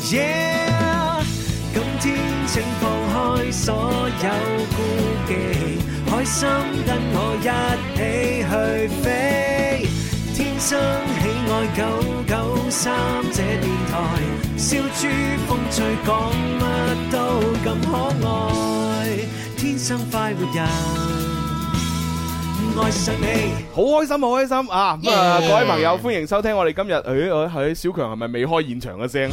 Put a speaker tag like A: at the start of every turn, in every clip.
A: Yeah，今天請放開所有顧忌，開心跟我一起去飛。天生喜愛九九三這電台，笑豬風趣講乜都咁可愛，天生快活人，愛上你。
B: 好開心，好開心啊！咁啊，
C: Yeah
B: 各位朋友，歡迎收聽我哋今日，誒，誒喺小強係咪未開現場嘅 聲？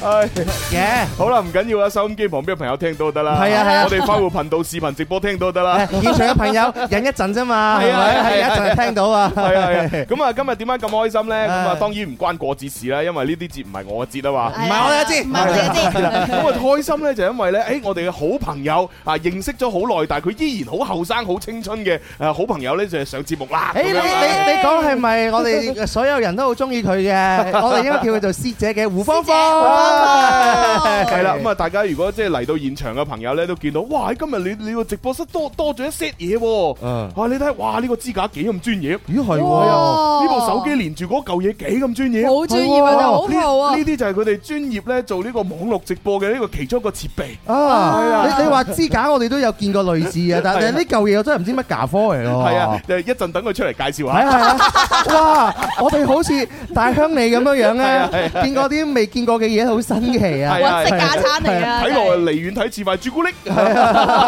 B: 唉，
D: 嘅。
B: 好啦，唔緊要啊，收音機旁邊嘅朋友聽到得啦。
D: 係啊係啊
B: 我哋快活頻道視頻直播聽到得 啦。
D: 現場嘅朋友忍一陣啫嘛，係
B: 係啊
D: 咪？
B: 係啊
D: 係一陣就聽到啊，
B: 係啊係啊，咁啊今日點解咁開心咧？咁啊
D: 唉
B: 當然唔關過節事啦，因為呢啲節唔係我嘅節啊嘛。
D: 唔係我哋一支
C: 唔係我
D: Dạ.
C: 哋一支
B: 咁啊開心咧就因為咧，誒我哋嘅好朋友啊認識咗好耐，但係佢依然好後生、好青春嘅誒好朋友咧就係上節目啦。
D: 誒，你
B: 咁樣啊
D: 你你講係咪我哋所有人都好中意佢嘅？我哋應該叫佢做師姐嘅胡芳芳。
B: 系
D: 係
B: 啦，咁啊，大家如果即係嚟到現場嘅朋友咧，都見到，哇！今日你你個直播室多多咗一 set 嘢喎，
D: 嗯
B: 啊，你睇下，哇！呢個支架幾咁專業，呢
D: 咦係
C: 哇
D: 哦
B: 部手機連住嗰嚿嘢幾咁專業，
C: 好專業啊，你好好啊
B: 呢！啲就係佢哋專業咧做呢個網絡直播嘅呢個其中一個設備。
D: 啊！你你話支架，我哋都有見過類似嘅，但係呢嚿嘢我真係唔知乜牙科嚟咯。
B: 係啊，就一陣等佢出嚟介紹
D: 哦係
B: 下。
D: 啊係啊！哇！我哋好似大鄉里咁樣樣咧，見過啲未見過嘅嘢，好新奇啊！
B: 係啊
C: 揾食架餐嚟啊！
B: 睇落離遠睇似塊朱古力，
D: 啊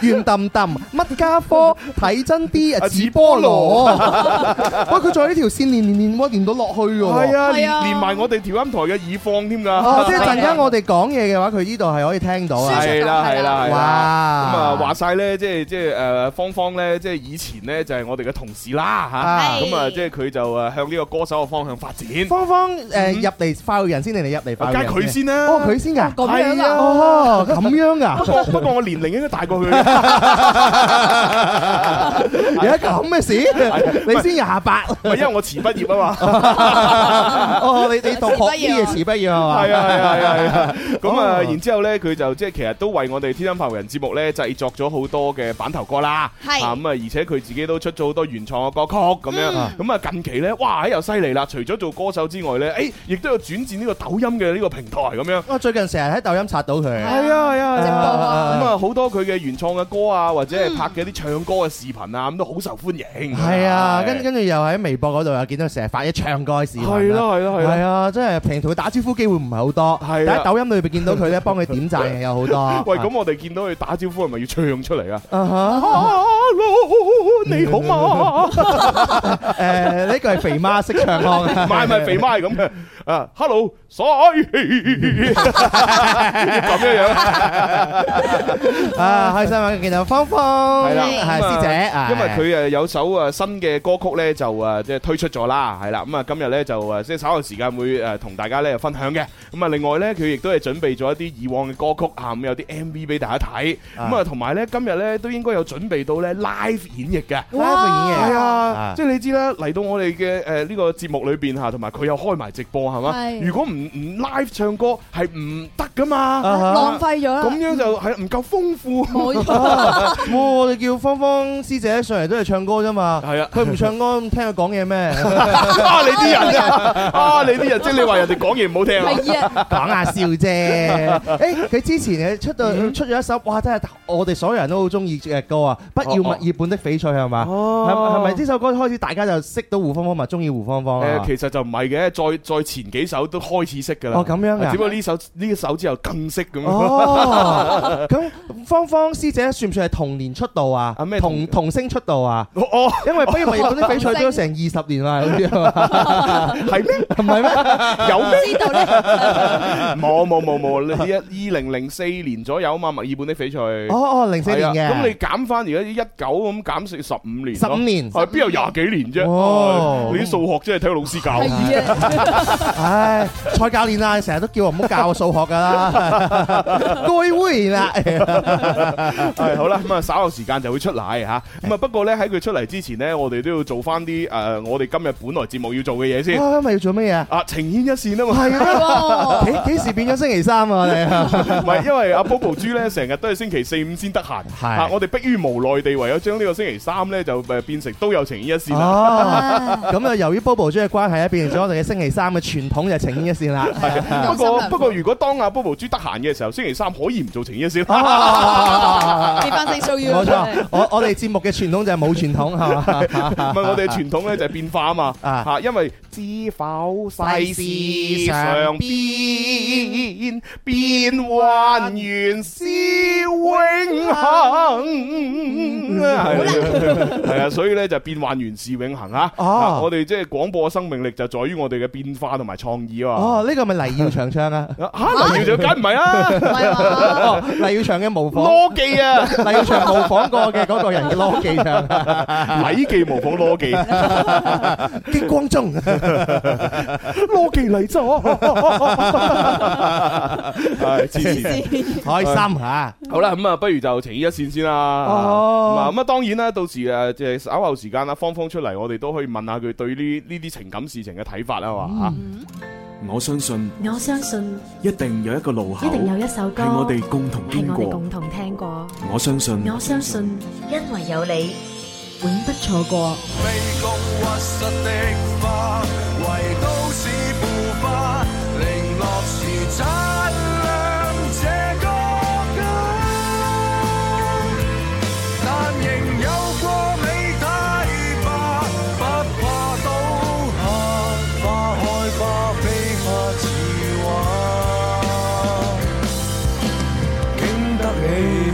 D: 圓揼揼，乜家科睇真啲啊，紫菠蘿。喂，佢仲有呢條線連連連喎，連到落去嘅喎。
B: 係啊，連
C: 係啊
B: 連埋我哋調音台嘅耳放添㗎。
D: 哦，即係陣間我哋講嘢嘅話，佢呢度係可以聽到啊。
B: 係啦，係啦，係啦。咁啊，
D: 哇！
B: 話晒咧，即係即係誒，芳芳咧，即係以前咧就係我哋嘅同事啦
D: 啊
B: 嚇。咁啊，即係佢就誒向呢個歌手嘅方向發展。梗
D: 芳芳誒入嚟快活人先定你入嚟快活
B: 哦係
D: 人？
B: 佢。先啦。
D: 哦，佢先㗎。
C: 咁樣
B: 係
C: 啊！
D: 哦，咁樣
B: 不
D: 㗎。
B: 過不過我年齡應該大 過佢嘅。
D: 而家咁嘅事，你先廿八。
B: 唔啊係因為我遲畢業啊嘛。
D: 哦，你你讀學啲嘢遲畢業係嘛？
B: 係啊係啊係啊係啊。 咁啊，
D: 哦
B: 然之後咧，佢就即係其實都為我哋《天生發福人》節目咧製作咗好多嘅版頭歌啦。
C: 係
B: 啊咁啊，而且佢自己都出咗好多原創嘅歌曲咁
D: 嗯
B: 樣。咁啊，近期咧，哇，又犀利啦！除咗做歌手之外咧，誒，亦都有轉戰呢個抖音嘅呢個平台咁樣。
D: 我最近成日喺抖音刷到佢。
B: 係啊係啊，
D: 直播啊
B: 咁啊好多佢嘅原創嘅歌啊，或者係拍嘅啲唱歌嘅視頻啊，咁都好受歡迎。
D: 係啊，跟跟住又喺微博嗰度又見到成日發啲唱歌嘅視頻啦。
B: 係咯係咯係
D: 係
B: 咯。
D: 啊，真係平時同佢打招呼機會唔係好多，
B: 係啊
D: 但喺抖音裏邊見到佢咧，幫佢點贊嘅有好多。
B: 喂，咁我哋見到佢打招呼係咪要唱出嚟啊
D: 啊哈
B: ？Hello，你好 嘛？
D: 誒呢個係肥媽識唱腔
B: 唔係唔係肥媽係咁嘅啊，Hello，sorry，咁樣樣，
D: 啊，開心啊！見到芳芳
B: 係啦咁
D: 係
B: 啊
D: 師姐啊，
B: 因為佢誒有首誒新嘅歌曲咧就誒即係推出咗啦，係啦，咁啊今日咧就誒即係稍後時間會誒同大家咧分享嘅，咁啊另外咧佢亦都係準備咗一啲以往嘅歌曲啊，咁有啲 MV 俾大家睇，咁啊同埋咧今日咧都應該有準備到咧 live 演繹嘅。
D: live 演
B: 係
D: 嘅
B: 啊
D: 啊，
B: 即係你知啦，嚟到我哋嘅誒呢個節目裏邊嚇，啊同埋佢又開埋直播係嘛？
C: 係
B: 如果唔唔 live 唱歌係唔得噶嘛，
D: 啊
C: 浪
D: 哈。
C: 費咗啦，
B: 咁樣就係唔夠豐富。
C: 冇錯。
D: 啊哇我哋叫芳芳師姐上嚟都係唱歌啫嘛，
B: 係啊
D: 佢唔唱歌咁聽佢講嘢咩？
B: 啊你啲人啊，啊你啲人，即係你話人哋講嘢唔好聽啊。
C: 係 啊，
D: 講下笑啫。誒，佢之前誒出到
B: 嗯
D: 出咗一首，哇！真係我哋所有人都好中意嘅歌啊，《不要墨爾本的翡翠》係嘛？
B: 哦
D: 係係咪呢首歌開始大家就識到胡芳芳，咪中意胡芳芳啊
B: 誒，？其實就唔係嘅，再再前幾首都開始識㗎啦。
D: 哦咁樣㗎
B: 只不過呢首呢首之後更識咁樣。
D: 哦，咁芳芳師姐算唔算係同年出道啊
B: 啊咩？
D: 同同聲出道啊？
B: 哦哦，
D: 因為《不要墨爾本的翡翠》都有成二十年啦，好似
B: 係 咩？
D: 唔 係咩？
B: 有咩？
C: 知道咧，
B: 冇冇冇冇，呢一二零零四年左右啊嘛，墨爾本的翡翠。
D: 哦哦，零四年
B: 係啊咁你哦
D: 嘅，
B: 減翻而家一九咁減成十五年咯，
D: 十五年
B: 係邊有廿幾年啫
D: 哦？
B: 你啲數學真係睇老師教。
C: 係啊。
D: 唉，蔡教練啊，成日都叫我唔好教我數學㗎 啦， 該會啦。
B: 係好啦，咁啊稍後時間就會出嚟嚇。咁啊不過咧喺佢出嚟之前呢，我哋都要做翻啲誒我哋今日本來節目要做嘅嘢先。
D: 啊，咪要做乜嘢啊？
B: 啊，情牽一線啊嘛，
D: 係
C: 喎
D: 啊，幾幾時變咗星期三啊？我哋
B: 唔係因為阿 Bobo 豬咧成日都係星期四五先得閒，
D: 係
B: 啊我哋迫於無奈地唯有將呢個星期三三咧就誒變成都有情意一線啊啦。
D: 哦，咁啊，由於 Bobo 豬嘅關係咧，變成咗我哋嘅星期三嘅傳統就情牽一線啦。
B: 不
C: 好心
B: 過
C: 涼
B: 不過，如果當阿 Bobo 豬得閒嘅時候，星期三可以唔做情意一線。
D: 啊
C: 你翻性騷
D: 冇
C: 擾啦真
D: 錯
C: 係，
D: 我我哋節目嘅傳統就係冇傳統，係嘛？
B: 唔係我哋嘅傳統咧就係變化啊嘛，
D: 啊
B: 嚇，因為知否世事常變，變幻原是永恆。係啊，所以咧就變幻原是永恆啊！
D: 哦
B: 啊我哋即係廣播嘅生命力就在於我哋嘅變化同埋創意啊嘛！
D: 哦，呢個咪黎耀祥唱啊？
B: 嚇，黎耀祥梗唔係啦，
C: 唔係嘛？
D: 哦，黎耀祥嘅模仿，
B: 羅技啊，
D: 黎耀祥模仿過嘅嗰個人嘅羅技唱，
B: 禮記模仿羅技，
D: 激光 中，
B: 羅技嚟咗，係黐線。
D: 開心嚇。
B: 好啦，咁啊，不如就情意一線先啦。
D: 哦
B: 啊咁啊，當然啦，到時誒，即係稍後時間啦，芳芳出嚟，我哋都可以問下佢對呢呢啲情感事情嘅睇法啊嘛。
A: 我相信
E: 我相信
A: 一定有一個路口，
E: 一定有一首歌
A: 係我哋共同
E: 係
A: 經
E: 我哋
A: 過
E: 共。同聽過，
A: 我相信
E: 我相信因為有你，永不錯過。
F: 卑躬屈膝的花，為都市腐化，零落時擦亮這個家。但仍有過美太吧，不怕倒下，花開花飛花似畫，經得起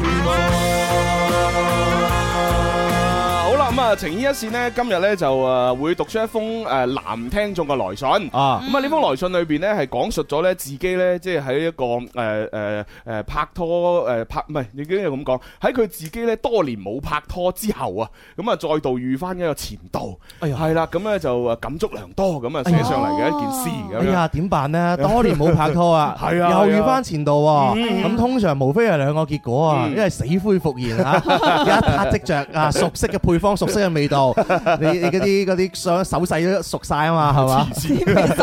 F: 變化。
B: 啊，好啦，咁啊，情意一線呢，今日呢就誒會讀出一封誒男聽眾嘅來信。
D: 啊，
B: 咁啊！呢封來信裏邊咧係講述咗咧自己咧，即係喺一個誒誒誒拍拖誒、呃拍唔係已經係咁講，喺佢自己咧多年冇拍拖之後啊，咁啊再度遇翻一個前度，
D: 哎呀
B: 係啦，咁咧就誒感觸良多咁啊寫上嚟嘅一件詩
D: 哎
B: 咁樣。
D: 呀，點 辦呢？多年冇拍拖啊，
B: 係啊
D: 又遇翻前度
B: 嗯
D: 喎。咁通常無非係兩個結果啊，
B: 嗯
D: 一係死灰復燃 啊，有一笪即着啊，熟悉嘅配方、熟悉嘅味 道，你你嗰啲嗰啲手手勢都熟晒啊嘛，係嘛？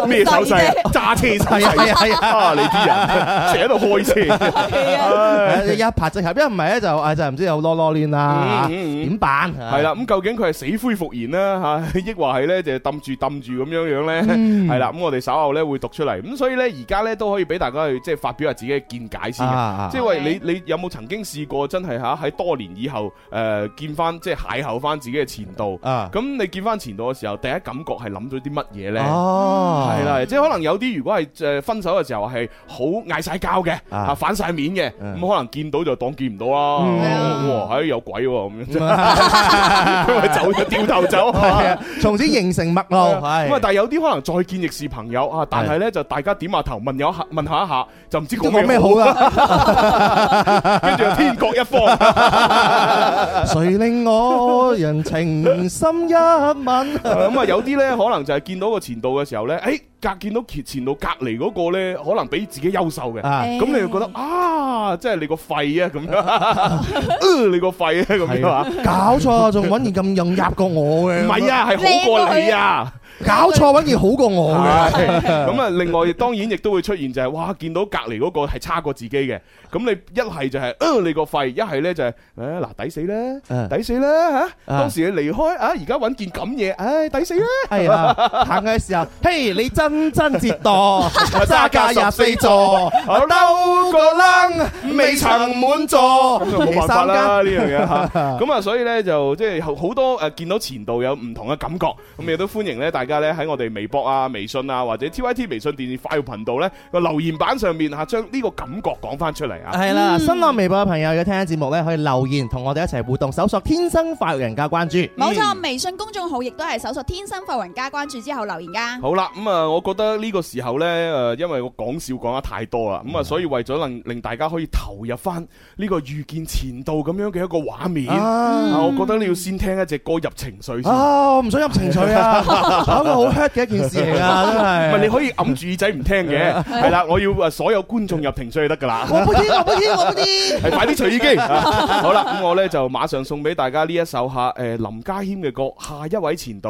B: 咩手
C: 手
B: 勢
C: 勢？
B: 揸車手
D: 哎係啊係
B: 勢
D: 啊係啊！
B: 啊！你啲人成日喺 度 開車，
D: 哎
C: 係啊，
B: 唉
D: 係一拍即合，一唔係咧就誒就唔知有囉囉攣啦，
B: 嗯嗯嗯
D: 啊點辦？
B: 係啦，咁究竟佢係死灰復燃啦嚇，抑 或係咧就係揼住揼住咁樣樣
D: 啊
B: 咧？
D: 嗯
B: 嗯係啦，咁我哋稍後咧會讀出嚟。咁所以咧，而家咧都可以俾大家去即係發表下自己嘅見解先嘅。
D: 啊，
B: 即係喂，你你有冇曾經試過真係嚇喺多年以後誒見翻即係邂逅翻自己嘅前度？
D: 啊
B: 咁你見翻前度嘅時候，第一感覺係諗咗啲乜嘢咧？
D: 哦，
B: 係啦，即係可能有啲如果係誒分手嘅時候係好嗌晒交嘅，
D: 啊
B: 啊反晒面嘅，
D: 嗯
B: 咁可能見到就當見唔到啦。
D: 嗯
B: 哇，唉有鬼喎咁樣， 佢咪走咗掉頭 走。
D: 係啊， 從此形成脈路，係
B: 咁啊，但係有啲可能再見亦是朋友啊，但係咧就大家點下頭問有一下問下一下，就唔知
D: 都
B: 講
D: 講咩
B: 咩
D: 好
B: 好，
D: 啦？
B: 跟住就天各一方。
D: 誰令我人情深 一吻？
B: 咁啊，有啲咧可能就係見到個前度嘅時候咧，誒隔見到前前度隔離嗰個咧，可能比自己優秀嘅。
D: 啊，
B: 咁你就覺得啊，即係你個肺啊咁樣， 呃你個肺啊咁樣啊，
D: 搞錯，仲揾件咁硬入過我嘅，
B: 唔係，啊，係好過你啊，
D: 搞錯揾件好過我嘅，
B: 係咁啊，另外當然亦都會出現就係哇，見到隔離嗰個係差過自己嘅，咁你一係就係呃你個肺，一係咧就係誒嗱抵死啦，
D: 嗯
B: 抵死啦嚇，
D: 啊
B: 當時你離開啊，而家揾件咁嘢，唉抵死啦，
D: 係啊，行嘅時候，嘿，你真真折 墮，揸架廿四座，兜個楞，啊未曾滿座，
B: 咁就冇辦法啦嗯呢樣嘢嚇。
D: 三間。
B: 咁啊，所以咧就即係好多誒見到前度有唔同嘅感覺，咁亦都歡迎咧大家咧喺我哋微博啊、微信啊或者 T Y T 微信電視快活頻道咧個留言板上面嚇，將呢個感覺講翻出嚟啊！
D: 系啦，新浪微博嘅朋友要聽下節目咧，可以留言同我哋一齊互動，搜索“天生快活人”加關注。
C: 冇錯，微信公眾號亦都係搜索天生浮雲加關注之後留言噶。
B: 好啦，咁、啊，我覺得呢個時候呢，誒，因為我講笑講得太多啦，咁、啊，所以為咗能令大家可以投入翻呢個遇見前度咁樣嘅一個畫面，啊
D: 啊
B: 我覺得你要先聽一隻歌入情緒先，唔
D: 啊，我唔想入情緒 啊，係一個好 hurt 嘅一件事嚟噶，真係。
B: 係、你可以揞住耳仔唔聽嘅，係啦，我要誒所有觀眾入情緒就得㗎啦。
D: 我不聽，我不聽，我不聽。
B: 系快啲除耳機。好啦，咁我咧就馬上送俾大家呢一首吓诶林家謙嘅歌《下一位前度》。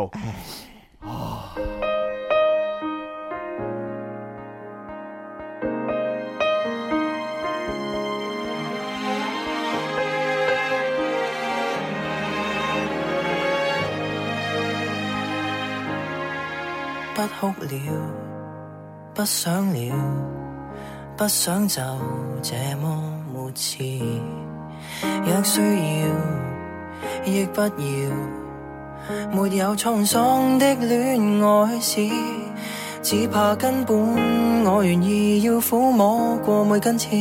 D: Hãy subscribe cho kênh Ghiền Mì Gõ Để không bỏ lỡ
A: 不哭了，不想了，不想就這麼沒刺。若需要，亦不要，沒有滄桑的戀愛史，只怕根本我願意要撫摸過每根刺，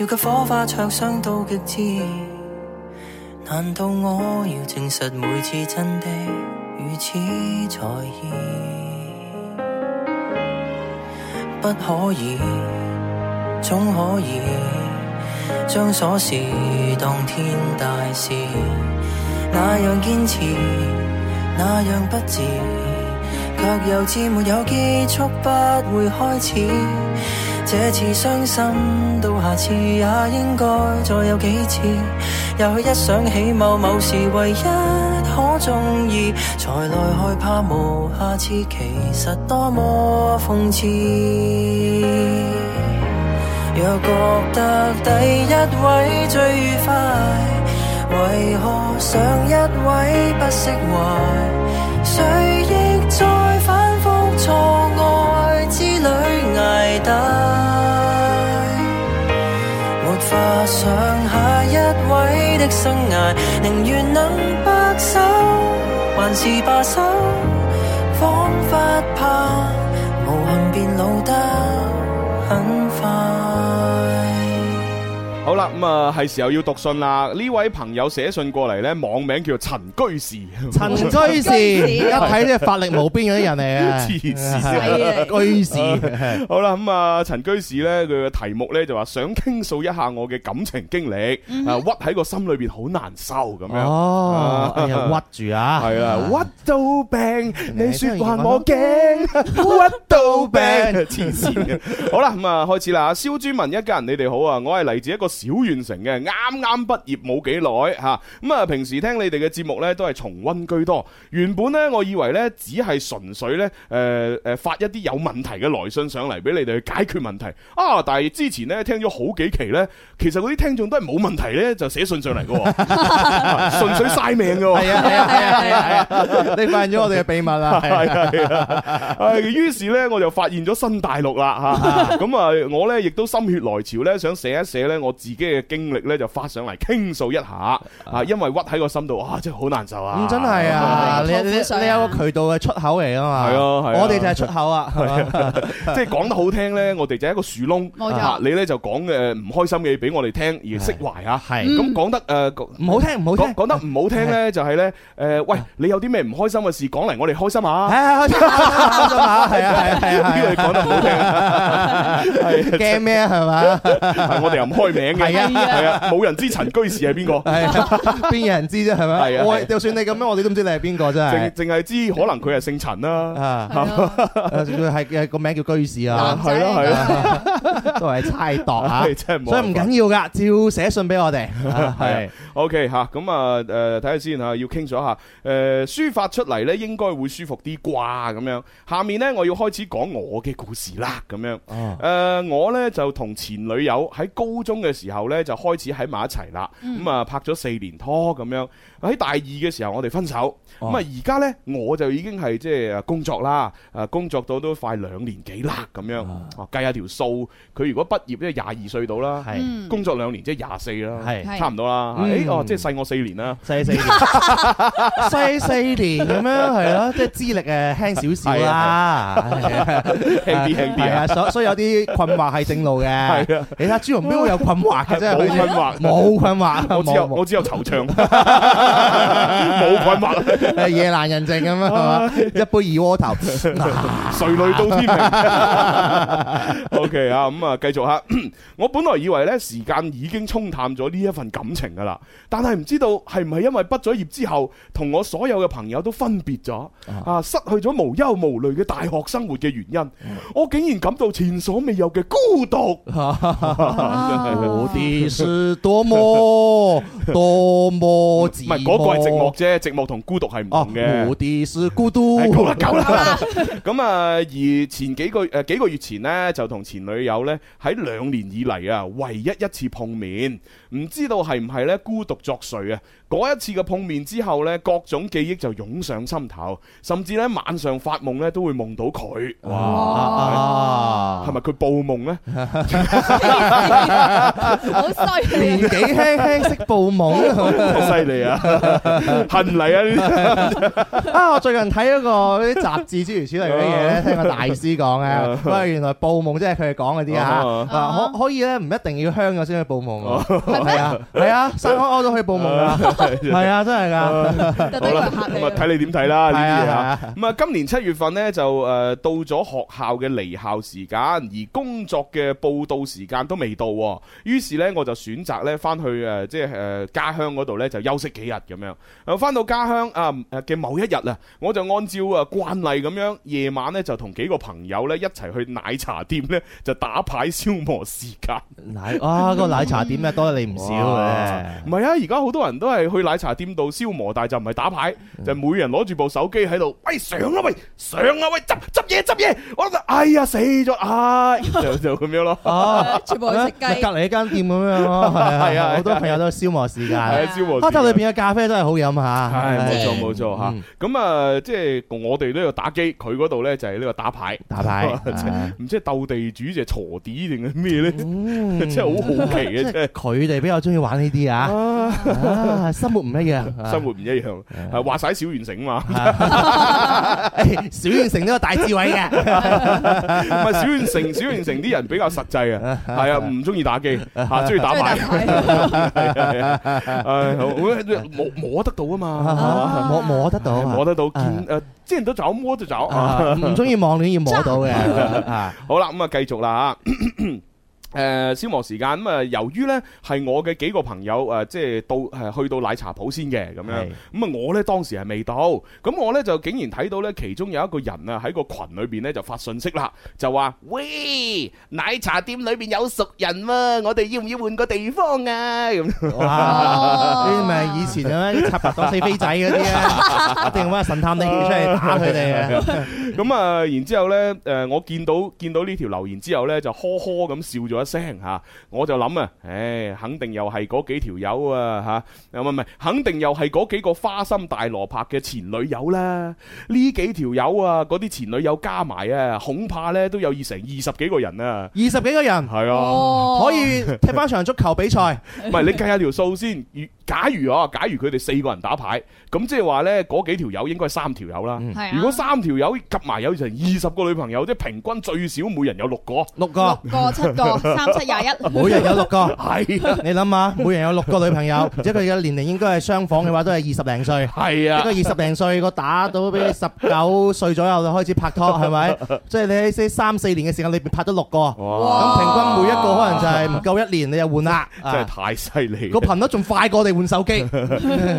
A: 要給火花灼傷到極致。難道我要證實每次真的如此在意？不可以，總可以將瑣事當天大事，那樣堅持，那樣不智，卻又知沒有結束不會開始。這次傷心，到下次也應該再有幾次。也許一想起某某事，唯一可中意，才來害怕無下次，其實多麼諷刺。若覺得第一位最愉快，為何上一位不釋懷？誰亦在反覆錯愛之旅捱大。沒法想下一位的生涯，寧願能白首，還是罷手。彷彿怕無幸變老得很快。
B: 好啦，咁啊係時候要讀信啦。呢位朋友寫信過嚟呢，網名叫陳居士，
D: 陳居 士，一睇呢法力無邊嗰啲人嚟
B: 黐
D: 嘅，
B: 線。
D: 居士，
B: 好啦，咁啊，陳居士呢，佢嘅題目呢就話想傾訴一下我嘅感情經歷，啊屈喺個心裏邊好難受咁樣。
D: 嗯哦，哎呀屈住啊，
B: 係啦，屈到病，你
D: 真係
B: 說話我驚， 屈到病，黐線嘅。好啦，咁啊開始啦，蕭朱文一家人，你哋好啊，我係嚟自一個小縣城嘅，啱啱畢業冇幾耐吓，咁啊平時聽你哋嘅節目呢，都係重温居多。原本呢，我以為呢，只係純粹呢，誒誒發一啲有問題嘅來信上嚟俾你哋去解決問題啊，但係之前呢，聽咗好幾期呢，其實嗰啲聽眾都係冇問題呢，就寫信上嚟嘅喎，純粹晒命嘅喎。
D: 係啊係啊係啊係啊係啊，你發現咗我哋嘅秘密啦，係啊
B: 係啊，係於是咧我就發現咗新大陸啦吓，咁啊我咧亦都心血來潮咧，想寫一寫咧我自己嘅經歷咧，就發上嚟傾訴一下啊，因為屈喺個心度啊，真係好難受啊，
D: 咁真係啊，你
C: 咁
D: 你
C: 樣
D: 你有個渠道嘅出口嚟啊嘛，
B: 係啊係啊
D: 我哋就係出口啊，係嘛
B: 即係講得好聽咧，我哋就係一個樹窿，
C: 冇錯
B: 啊你咧就講嘅唔開心嘅嘢俾我哋聽而釋懷啊，
D: 係
B: 咁講得誒。
D: 唔好聽唔好
B: 講，
D: 聽
B: 講得唔好聽咧，就係咧，誒，喂，你有啲咩唔開心嘅事講嚟，我哋開心
D: 係
B: 下。
D: 係開心開心啊，係啊係啊係啊，
B: 呢個你講得唔好聽 啊，係
D: 驚咩啊係 嘛？
B: 係我哋又唔開名嘅，
D: 係啊
B: 係啊，冇人知陳居士係邊個，
D: 係啊邊有人知啫係
B: 係
D: 咪？
B: 啊
D: 我
B: 係啊
D: 就算你咁樣，我哋都唔知你係邊個真
B: 淨
D: 係
B: 淨係知可能佢係姓陳啦，
D: 啊！
C: 係咯
D: 佢係嘅個名叫居士啊
C: 男，
B: 係咯係
C: 仔
B: 咯，
D: 都係猜度 啊
B: 係，真係冇
D: 所以唔
B: 辦法
D: 緊要噶，照寫信俾我哋，啊
B: 係
D: 係
B: 啊 OK 吓，咁啊誒睇下先吓，要傾咗下啊誒抒發出嚟咧，應該會舒服啲啩咁樣。下面呢，我要開始講我嘅故事啦，咁樣。
D: 哦
B: 誒、我呢就同前女友喺高中嘅時候呢，就開始喺埋一齊啦，
D: 嗯
B: 咁啊、拍咗四年拖咁樣。喺大二嘅時候我哋分手，咁啊
D: 哦
B: 而家呢，我就已經係即係啊工作啦，誒工作到都快兩年幾啦咁樣。啊計下條數，佢如果畢業即係廿二歲到啦，
D: 係
C: 嗯
B: 工作兩年即係廿四啦，
D: 係
C: 係
B: 差唔多啦。
D: 嗯
B: 誒哦，即係細我四年啦。
D: 細 四年，細四年咁樣係咯，即係資歷誒輕少少啦，
B: 輕啲輕啲啊
D: 係啊，所所以有啲困惑係正路嘅，
B: 係啊
D: 你睇下朱紅邊會有困惑嘅啫，
B: 冇困惑
D: 佢 冇困惑，
B: 我只有
D: 冇
B: 我只有惆 悵，冇困惑，
D: 誒夜闌呃人靜咁啊 樣係嘛，一杯二鍋頭，
B: 誰淚到天明。OK 啊，咁啊，繼 續吓。我本來以為呢時間已經沖淡咗呢一份感情噶啦，但係唔知道係唔係因為畢咗業之後，同我所有嘅朋友都分別咗啊，失去咗無憂無慮嘅大學生活嘅原因，我竟然感到前所未有嘅孤獨。
D: 我的是多麼多麼寂
B: 唔
D: 寞。
B: 係嗰個係寂寞啫，寂寞同孤獨係唔
D: 哦
B: 同，嘅
D: 我。的是孤獨。
B: 係夠啦夠啦，咁啊，而前幾個誒、呃、幾個月前呢，就同前女友呢喺兩年以嚟啊，唯一一次碰面，唔知道係唔係呢孤獨作祟啊？嗰一次嘅碰面之後呢，各種記憶就湧上心頭，甚至呢晚上發夢呢都會夢到佢。哇！
D: 啊
B: 係咪佢報夢呢？
C: 好衰
D: 年
C: 啊！
D: 紀輕輕識 報夢
B: 犀利啊！恨嚟啊！呢
D: 啊！我最近睇一個嗰啲雜誌諸如此類嗰啲 嘢咧，聽個大師講
B: 啊
D: 嘅，喂，原來報夢即係佢哋講嗰啲啊
B: 啊
D: 嚇，啊可可以咧唔一定要香咗先去報夢喎，
B: 哦
D: 係啊係啊，生開屙都可以報 夢㗎，係啊真係㗎，
C: 特
B: 好
C: 登
B: 啦，
C: 嚟嚇
B: 咁啊
C: 你。
B: 睇你點睇哦啦呢
D: 係
B: 啲嘢
D: 啊
B: 啊。
D: 係啊，
B: 咁啊，今年七月份呢，就誒、呃到咗學校嘅離校時間，而工作嘅報到時間都未到、喎。於是呢，我就選擇呢翻去誒、呃即係誒、呃家鄉嗰度呢，就休息幾日咁樣。誒翻到家鄉啊誒嘅某一日啊，我就按照啊慣例咁樣，夜晚呢，就同幾個朋友呢一齊去奶茶店呢，就打牌消磨時間。
D: 奶啊個奶茶店咧多得你唔少嘅，
B: 唔係啊！而家好多人都係去奶茶店度消磨，但係就唔係打牌，
D: 嗯
B: 就每人攞住部手機喺度，喂上啊喂上啊喂執執嘢執嘢，我就哎呀死咗 啊！就就咁樣咯，
D: 哦。
C: 全部去食雞，
D: 隔離一間店咁 樣咯，係
B: 係啊係
D: 啊，
B: 啊
D: 好多朋友都消磨時間。
B: 係啊，消磨時間。
D: 黑塔裏邊嘅咖啡真係好飲嚇，
B: 係冇錯
D: 唉
B: 冇錯
D: 嗯
B: 嚇。咁啊，即係我哋呢度打機，佢嗰度咧就係呢個打牌，
D: 打牌，啊
B: 唔知係鬥地主定係鋤地定係咩咧？真
D: 真
B: 係好好奇嘅
D: 即
B: 真
D: 嗯係
B: 係
D: 佢哋比較中意玩呢啲啊，
B: 啊，
D: 啊生活唔 一樣，
B: 生活唔一樣，係話晒小完成啊嘛。
D: 唉哎小縣城都有大智慧 嘅，
B: 唔係小縣城，小縣城啲人比較實際 啊，係啊，唔中意打機，嚇中意打
C: 中意打
B: 牌，
C: 牌
B: 係啊 唉好摸摸得到啊嘛，
D: 啊摸摸得到
B: 係嘛
D: 啊，
B: 摸得到，
D: 啊
B: 見誒之前都走，摸就走啊。
D: 啊唔中意網戀要摸到嘅，啊
B: 好啦，咁啊繼續啦嚇。 誒、消磨時間咁啊，由於呢係我嘅幾個朋友誒、即係到誒去到奶茶鋪先嘅咁樣，咁
D: 係
B: 啊我呢當時係未到，咁我呢就竟然睇到呢其中有一個人啊喺個群裏邊呢就發信息啦，就話：喂，奶茶店裏邊有熟人喎、我哋要唔要換個地方啊？咁
D: 哇！呢啲咪以前啊插白當四飛仔嗰啲 啊，一定揾神探你出嚟打佢哋啊！
B: 咁啊，然之後呢，誒、我見到見到呢條留言之後呢，就呵呵咁笑咗一聲嚇、我就諗啊，誒、肯定又係嗰幾條友啊嚇，唔係唔係，肯定又係嗰幾個花心大羅拍嘅前女友啦。呢幾條友啊，嗰啲前女友加埋啊，恐怕呢都有二成二十幾個人啊。
D: 二十幾個人
B: 係啊，
C: 哦
D: 可以踢翻場足球比賽。
B: 唔係你計下條數先。如假如啊，假如佢哋四個人打牌，咁即係話呢，嗰幾條友應該係三條友啦。
D: 嗯
C: 係啊
B: 如果三條友夾埋有成二十個女朋友，即係平均最少每人有六個。
D: 六
C: 六
D: 個，
C: 個七個三七廿一，
D: 每人有六個。
B: 係 啊
D: 你諗下，每人有六個女朋友， 而且佢嘅年齡應該係相仿嘅話，都係二十零歲。
B: 係
D: 一個
B: 啊，
D: 二十零歲個打到俾十九歲左右就開始拍拖，係咪？即係你喺三四年嘅時間裏邊拍咗六個，
B: 哦
D: 咁平均每一個可能就係唔夠一年你就換啦。啊
B: 真係太犀利
D: 個
B: 啦！
D: 頻率仲快過我哋換手機，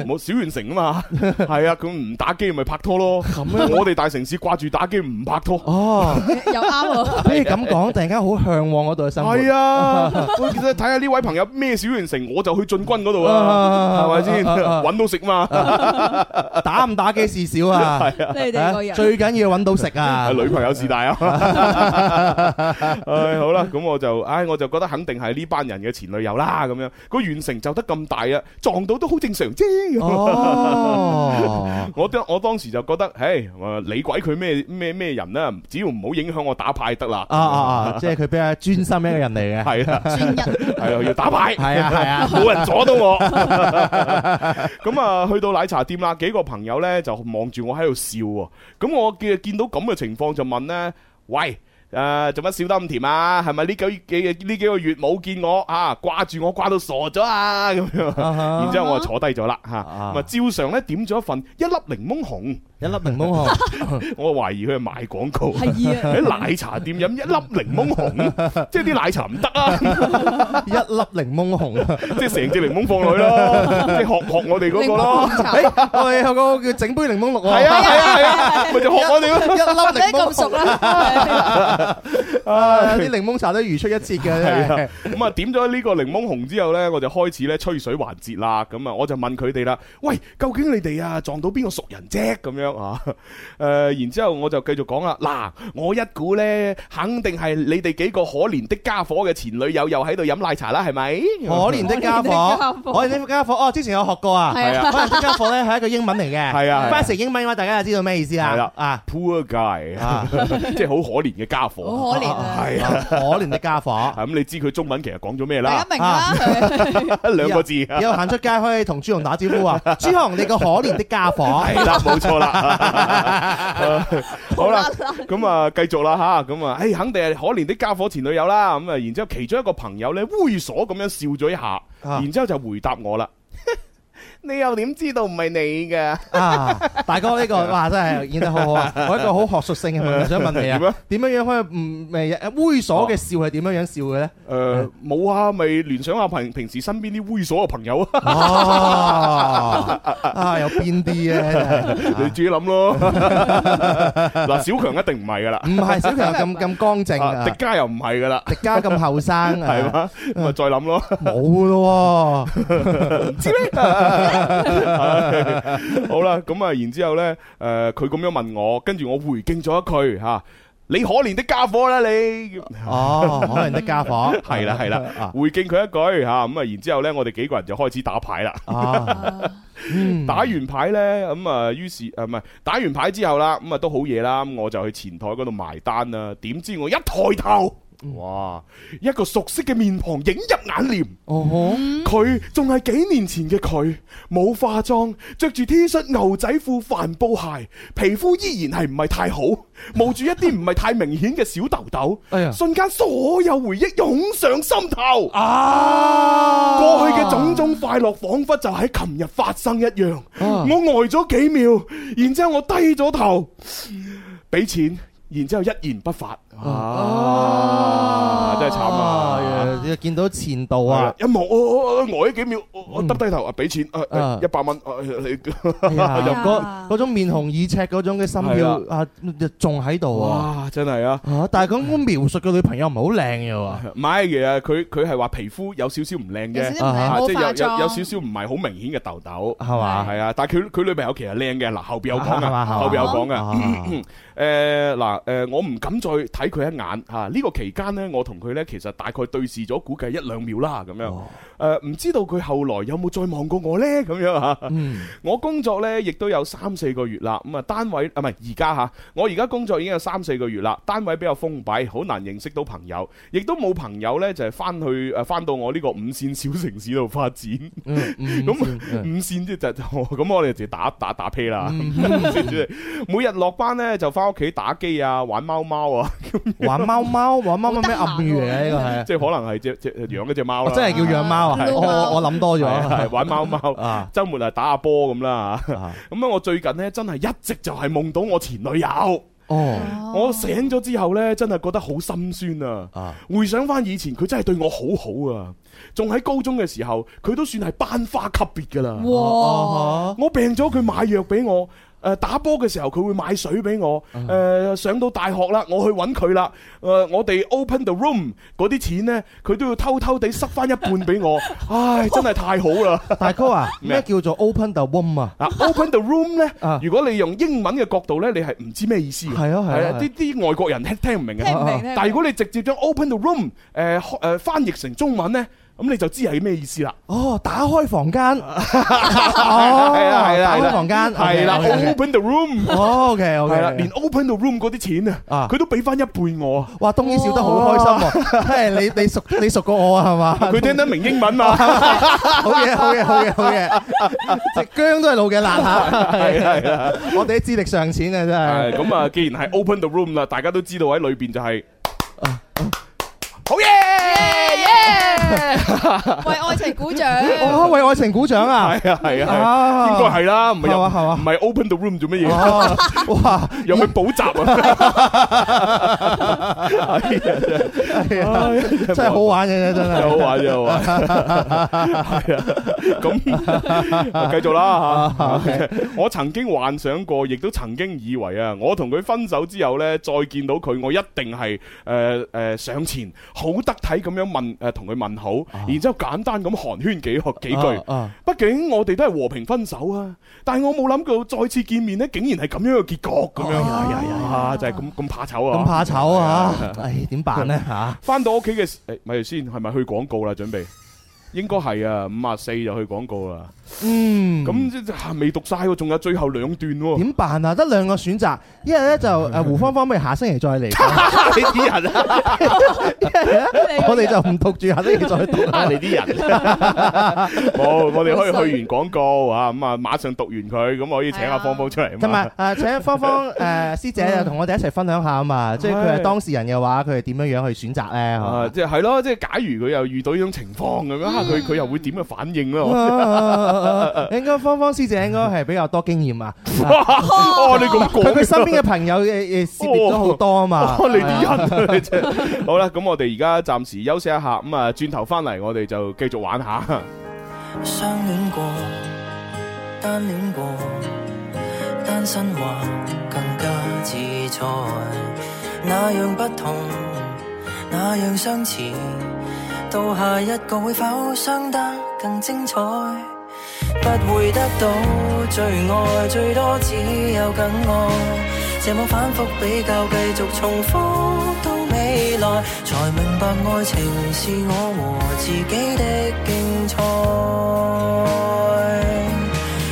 B: 冇小縣城啊嘛， 係啊，佢唔打機咪拍拖咯。咁我哋大城市掛住打機唔拍拖。
D: 哦，
C: 又啱喎。
D: 俾你咁講，突然間好向往嗰度嘅生活。
B: 係啊，我其實睇下呢位朋友咩小縣城，我就去進軍嗰度啊，係
D: 啊
B: 咪先？
D: 啊啊啊
B: 揾到食嘛，
D: 打唔打機事少啊，
C: 你哋個
D: 啊
C: 人
D: 最緊要揾到食啊
B: 係！女朋友是大 啊。唉，好啦，咁我就，唉，我就覺得肯定係呢班人嘅前女友啦，咁樣個縣城就得咁大啊，撞到都好正常啫。
D: 哦，
B: 我當我當時就覺得，唉，呃你鬼佢咩咩咩人啦，只要唔好影響我打牌得啦。
D: 啊啊啊！即係佢比較專心一個人嚟 嘅。
B: 係啦，
C: 專一，
B: 係啊，要打牌，
D: 係啊 係啊
B: 冇人阻到我。 咁啊，去到奶茶店啦，幾個朋友呢就望住我喺度笑喎。咁我見見到咁嘅情況就問呢：「喂！誒做乜笑得咁甜啊？係咪呢幾幾呢幾個月冇見我啊？掛住我掛到傻咗啊！咁樣，然之後我就坐低咗啦嚇。
D: 啊
B: 咁啊，照常呢點咗一份一粒檸檬紅，
D: 一粒檸檬紅。
B: 我懷疑佢係賣廣告。
C: 係啊，
B: 喺奶茶店飲一粒檸檬紅，即係啲奶茶唔得啊！
D: 一粒檸檬 紅，
B: 即係成隻檸檬放落去咯，即係學學我哋嗰個咯，
C: 咯。
D: 我哋有個叫整杯檸 檬綠喎。
B: 係啊係啊係啊，咪就學我哋咯。
D: 一粒
C: 你
D: 檸檬
C: 咁熟
D: 紅，
C: 啦，
D: 啊，啲檸檬茶都如出一轍嘅，真係
B: 咁啊，點咗呢個檸檬紅之後呢，我就開始咧吹水環節啦。咁啊，我就問佢哋啦：，喂，究竟你哋啊撞到邊個熟人啫？咁樣啊， 誒、然之後我就繼續講啦。嗱，我一估呢，肯定係你哋幾個可憐的家伙嘅前女友又喺度飲奶茶啦，係咪？
D: 可憐的家伙， 可憐的家伙，哦，之前有學過 啊，
C: 係啊
D: 可憐的家伙咧 係一個英文嚟嘅，
B: 係啊係啊
D: 翻成英文嘅話，大家就知道咩意思
B: 係
D: 啦
B: 啦，
D: 啊，
B: Poor guy，
D: 啊
B: 即係好可憐嘅家伙。
C: 好可憐啊！
B: 係啊，
D: 啊 可憐的家 伙，
B: 咁你知佢中文其實講咗咩
C: 大
B: 啦
C: 家？明啦，
D: 啊
C: 佢
D: 哎
B: 兩個字。
D: 以後行出街可以同朱紅打招呼啊！朱紅，你個可憐的家伙，
B: 係啦，冇錯 啦。好啦，咁啊，繼續啦吓，咁啊，唉，肯定係可憐的家伙前女友啦。咁啊，然之後其中一個朋友咧，猥瑣咁樣笑咗一下，
D: 啊
B: 然之後就回答我啦。 你又點知道唔係你嘅？
D: 啊，大哥呢個哇真係演得好好啊！我一個好學術性嘅問題想問 你
B: 點啊哦
D: 啊，點樣樣可以唔咪猥瑣嘅笑係點樣樣笑嘅咧？
B: 誒，冇啊，咪聯想下平平時身邊啲猥瑣嘅朋友啊，
D: 哦， 啊有邊啲咧？真
B: 你
D: 係
B: 自己諗咯。 嗱，小強一定唔係噶啦，
D: 唔係小強咁咁乾淨
B: 啊迪
D: 啊，
B: 嘉又唔係噶啦，
D: 迪嘉咁後生
B: 係
D: 啊，
B: 嘛？咁啊，再諗 咯。
D: 冇咯喎，
B: 知咩？好啦，咁啊，然之後咧，誒，佢咁樣問我，跟住我回敬咗一句吓，你可憐的家伙啦你，
D: 哦，可憐的家伙，
B: 係啦係
D: 啊
B: 啦，回敬佢一句吓，咁啊，然之後咧，我哋幾個人就開始打牌啦。
D: 啊，啊，嗯
B: 打完牌咧，咁啊，於是誒唔係打完牌之後啦，咁啊都好夜啦，咁我就去前台嗰度埋單啦。點知我一抬頭，哇，一個熟悉嘅面龐映入眼簾。
D: 哦吼。
B: 佢仲係幾年前嘅佢，冇化妝，着住 T 恤、牛仔褲、帆布鞋，皮膚依然係唔係太好，冒住一啲唔係太明顯嘅小痘痘。
D: 哎呀
B: 瞬間所有回憶湧上心頭，
D: 啊！
B: 過去嘅種種快樂彷彿就喺琴日發生一樣。
D: 啊
B: 我呆咗幾秒，然之後我低咗頭，俾錢，然之後一言不發。啊，真係慘啊！
D: 啊！你見到前度啊，
B: 一望我我我呆咗幾秒，我我耷低頭啊，俾錢啊
D: 嗯啊
B: 一百蚊啊你
D: 哎呀
C: 入
D: 嗰嗰種面紅耳赤嗰種嘅心跳
B: 係
D: 啊，仲喺度啊！
B: 哇真係啊！
D: 啊！但係咁我描述嘅女朋友唔係好靚嘅喎，
B: 唔係嘅，佢佢係話皮膚有少少唔靚
C: 有少
B: 啫，
C: 少唔係
B: 啊
C: 好
B: 即係有
C: 化
B: 有
C: 妝，
B: 有少少唔係好明顯嘅痘痘。
D: 係嘛？啊
B: 係啊，但係佢佢女朋友其實靚嘅，嗱後邊有啊講
D: 係嘛
B: 噶，
D: 係嘛
B: 後邊有講噶。
D: 啊
B: 誒嗱誒，我唔敢再睇佢一眼嚇。呢個期間呢，我同佢呢其實大概對視咗，估計一兩秒啦咁
D: 哦
B: 樣。誒唔知道佢後來有冇再望過我呢？咁樣嚇。
D: 嗯
B: 我工作呢亦都有三四個月啦，咁啊單位啊唔係而家吓，我而家工作已經有三四個月啦，單位比較封閉，好難認識到朋友，亦都冇朋友呢就係翻去誒翻到我呢個五線小城市度發展，
D: 嗯嗯
B: 咁
D: 嗯
B: 五線即係就咁我哋就打打打啤啦，每日落班呢就翻屋企打機啊，玩貓貓啊，
D: 玩貓貓，玩貓貓咩
C: 好得
D: 暗
C: 閒喎
D: 語嚟嘅呢個係？
B: 即係可能係只只養一隻貓
D: 我
B: 啦，
D: 真係叫養貓啊！
C: 係
D: 我我我諗多咗
B: 係係
D: 啊！
B: 玩貓貓，
D: 啊
B: 周末啊打下波咁啦嚇
D: 啊
B: 咁啊我最近呢真係一直就係夢到我前女友。
D: 哦
B: 我醒咗之後呢，真係覺得好心酸啊！
D: 啊！
B: 回想翻以前，佢真係對我好好啊！仲喺高中嘅時候，佢都算係班花級別噶啦。
C: 哇！
D: 哦
B: 我病咗，佢買藥俾我。誒、打波嘅時候，佢會買水俾我。
D: 嗯
B: 誒、上到大學啦，我去揾佢啦。誒、我哋 open the room 嗰啲錢呢，佢都要偷偷地塞翻一半俾 我。唉，真係太好啦！
D: 大哥啊，
B: 咩
D: 咩叫做 open the womb 啊？
B: 嗱，open the room 呢
D: 啊，
B: 如果你用英文嘅角度呢，你係唔知咩意思嘅。
D: 係啊係啊
B: 係
D: 係
B: 啊，
D: 啊
B: 啲啲外國人聽聽唔明嘅。
C: 聽唔明，聽唔明
B: 但係如果你直接將 open the room 誒、開誒翻譯成中文呢，咁你就知係咩意思啦。
D: 哦，打開房 間，哦，
B: 啦
D: 係打
B: 係啦
D: 開房間，
B: 係啦
D: OK，OK
B: ，open the room
D: 哦，OK OK，
B: 係啦，連 open the room 嗰啲錢啊
D: 啊，
B: 佢都俾翻一半我 啊。
D: 哇，東姨笑得好開心喎，係你你熟你熟過我啊，係嘛？
B: 佢聽得明英文嘛？
D: 好嘢好嘢好嘢好 嘢，隻姜都係老嘅辣嚇，
B: 係啦係啦，
D: 我哋啲資歷尚淺啊，真
B: 係
D: 係。
B: 咁啊！既然係 open the room 啦，大家都知道喺裏邊就係好
D: 哦
B: 嘢，
C: 為愛情鼓掌，
D: 哦，為愛情鼓掌啊！
B: 係啊係啊，係
D: 啊
B: 應該係啦，唔係
D: 係
B: 入
D: 嘛係嘛
B: 唔係 open the room 做乜嘢？
D: 哦， 哇！
B: 有去補習啊？ 係啊，啊
D: 真係好玩嘅真
B: 真係好
D: 係。
B: 玩，真係好玩。係啊，咁繼續
D: 啊
B: 啦吓。我曾經幻想過，亦都曾經以為啊，我同佢分手之後呢，再見到佢，我一定係誒誒上前，好得體咁樣問誒同佢問好，然之後簡單咁寒暄幾句幾句。
D: 啊
B: 畢竟我哋都係和平分手啊，但係我冇諗到再次見面呢，竟然係咁樣嘅結果咁樣。啊，就係咁咁怕醜啊！
D: 咁怕醜啊！唉，點辦呢？嚇？
B: 翻到屋企嘅時，誒咪住先，係咪去廣告啦？準備應該係啊，五啊四就去廣告啦。
D: 嗯，
B: 咁即係未讀晒喎，仲有最後兩段喎。
D: 點辦啊？得兩個選擇，一係咧就誒胡芳芳，不如下星期再 嚟講。
B: 你啲人 啊，
D: 我哋就唔讀住，下星期再讀啦。
B: 啊你啲 人，冇，我哋可以去完廣告啊，咁啊，馬上讀完佢，咁可啊嗯以請阿芳芳出嚟。
D: 同埋誒請 芳芳誒呃師姐又同我哋一齊分享下啊嘛，即係佢係當事人嘅話，佢係點樣樣去選擇咧？
B: 啊，即係係咯，即係假如佢又遇到呢種情況咁樣，啊佢佢又會點嘅反應咧？
D: 啊 應該芳芳師姐應該係比較多經驗啊，
B: 哦，你咁 講
D: 佢佢身 邊嘅朋友誒誒涉獵咗好多啊嘛。
B: 哦，你啲人啊，你真係好啦，咁我哋而家暫時休息一下，咁啊，轉頭翻嚟我哋就繼續玩下。
A: 相戀過，單戀過，單身或更加自在。那樣不同，那樣相似，到下一個會否相得更精彩？不會得到最愛，最多只有更愛。這麼反覆比較，繼續重複到未來，才明白愛情是我和自己的競賽。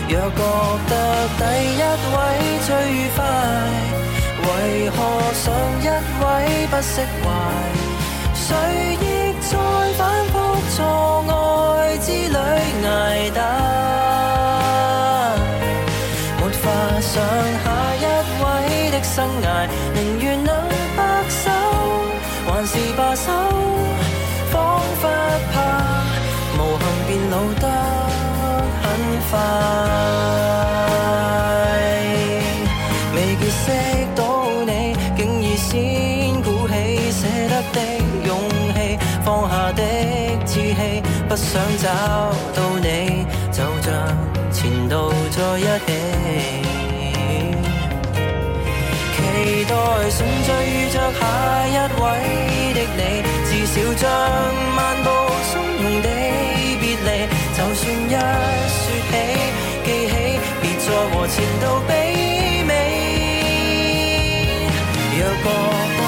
A: 若覺得第一位最愉快，為何上一位不釋懷？誰亦在反覆錯愛之旅捱打，沒法想下一位的生涯，寧願能白首，還是罷手，彷彿怕無憾變老得很快。未結識到你，竟已先鼓起捨得的勇氣，放下的志氣，不想找到你，就像前度在一起。期待順序遇着下一位的你，至少將漫步從容地別離。就算一説起記起，別再和前度比美。若覺得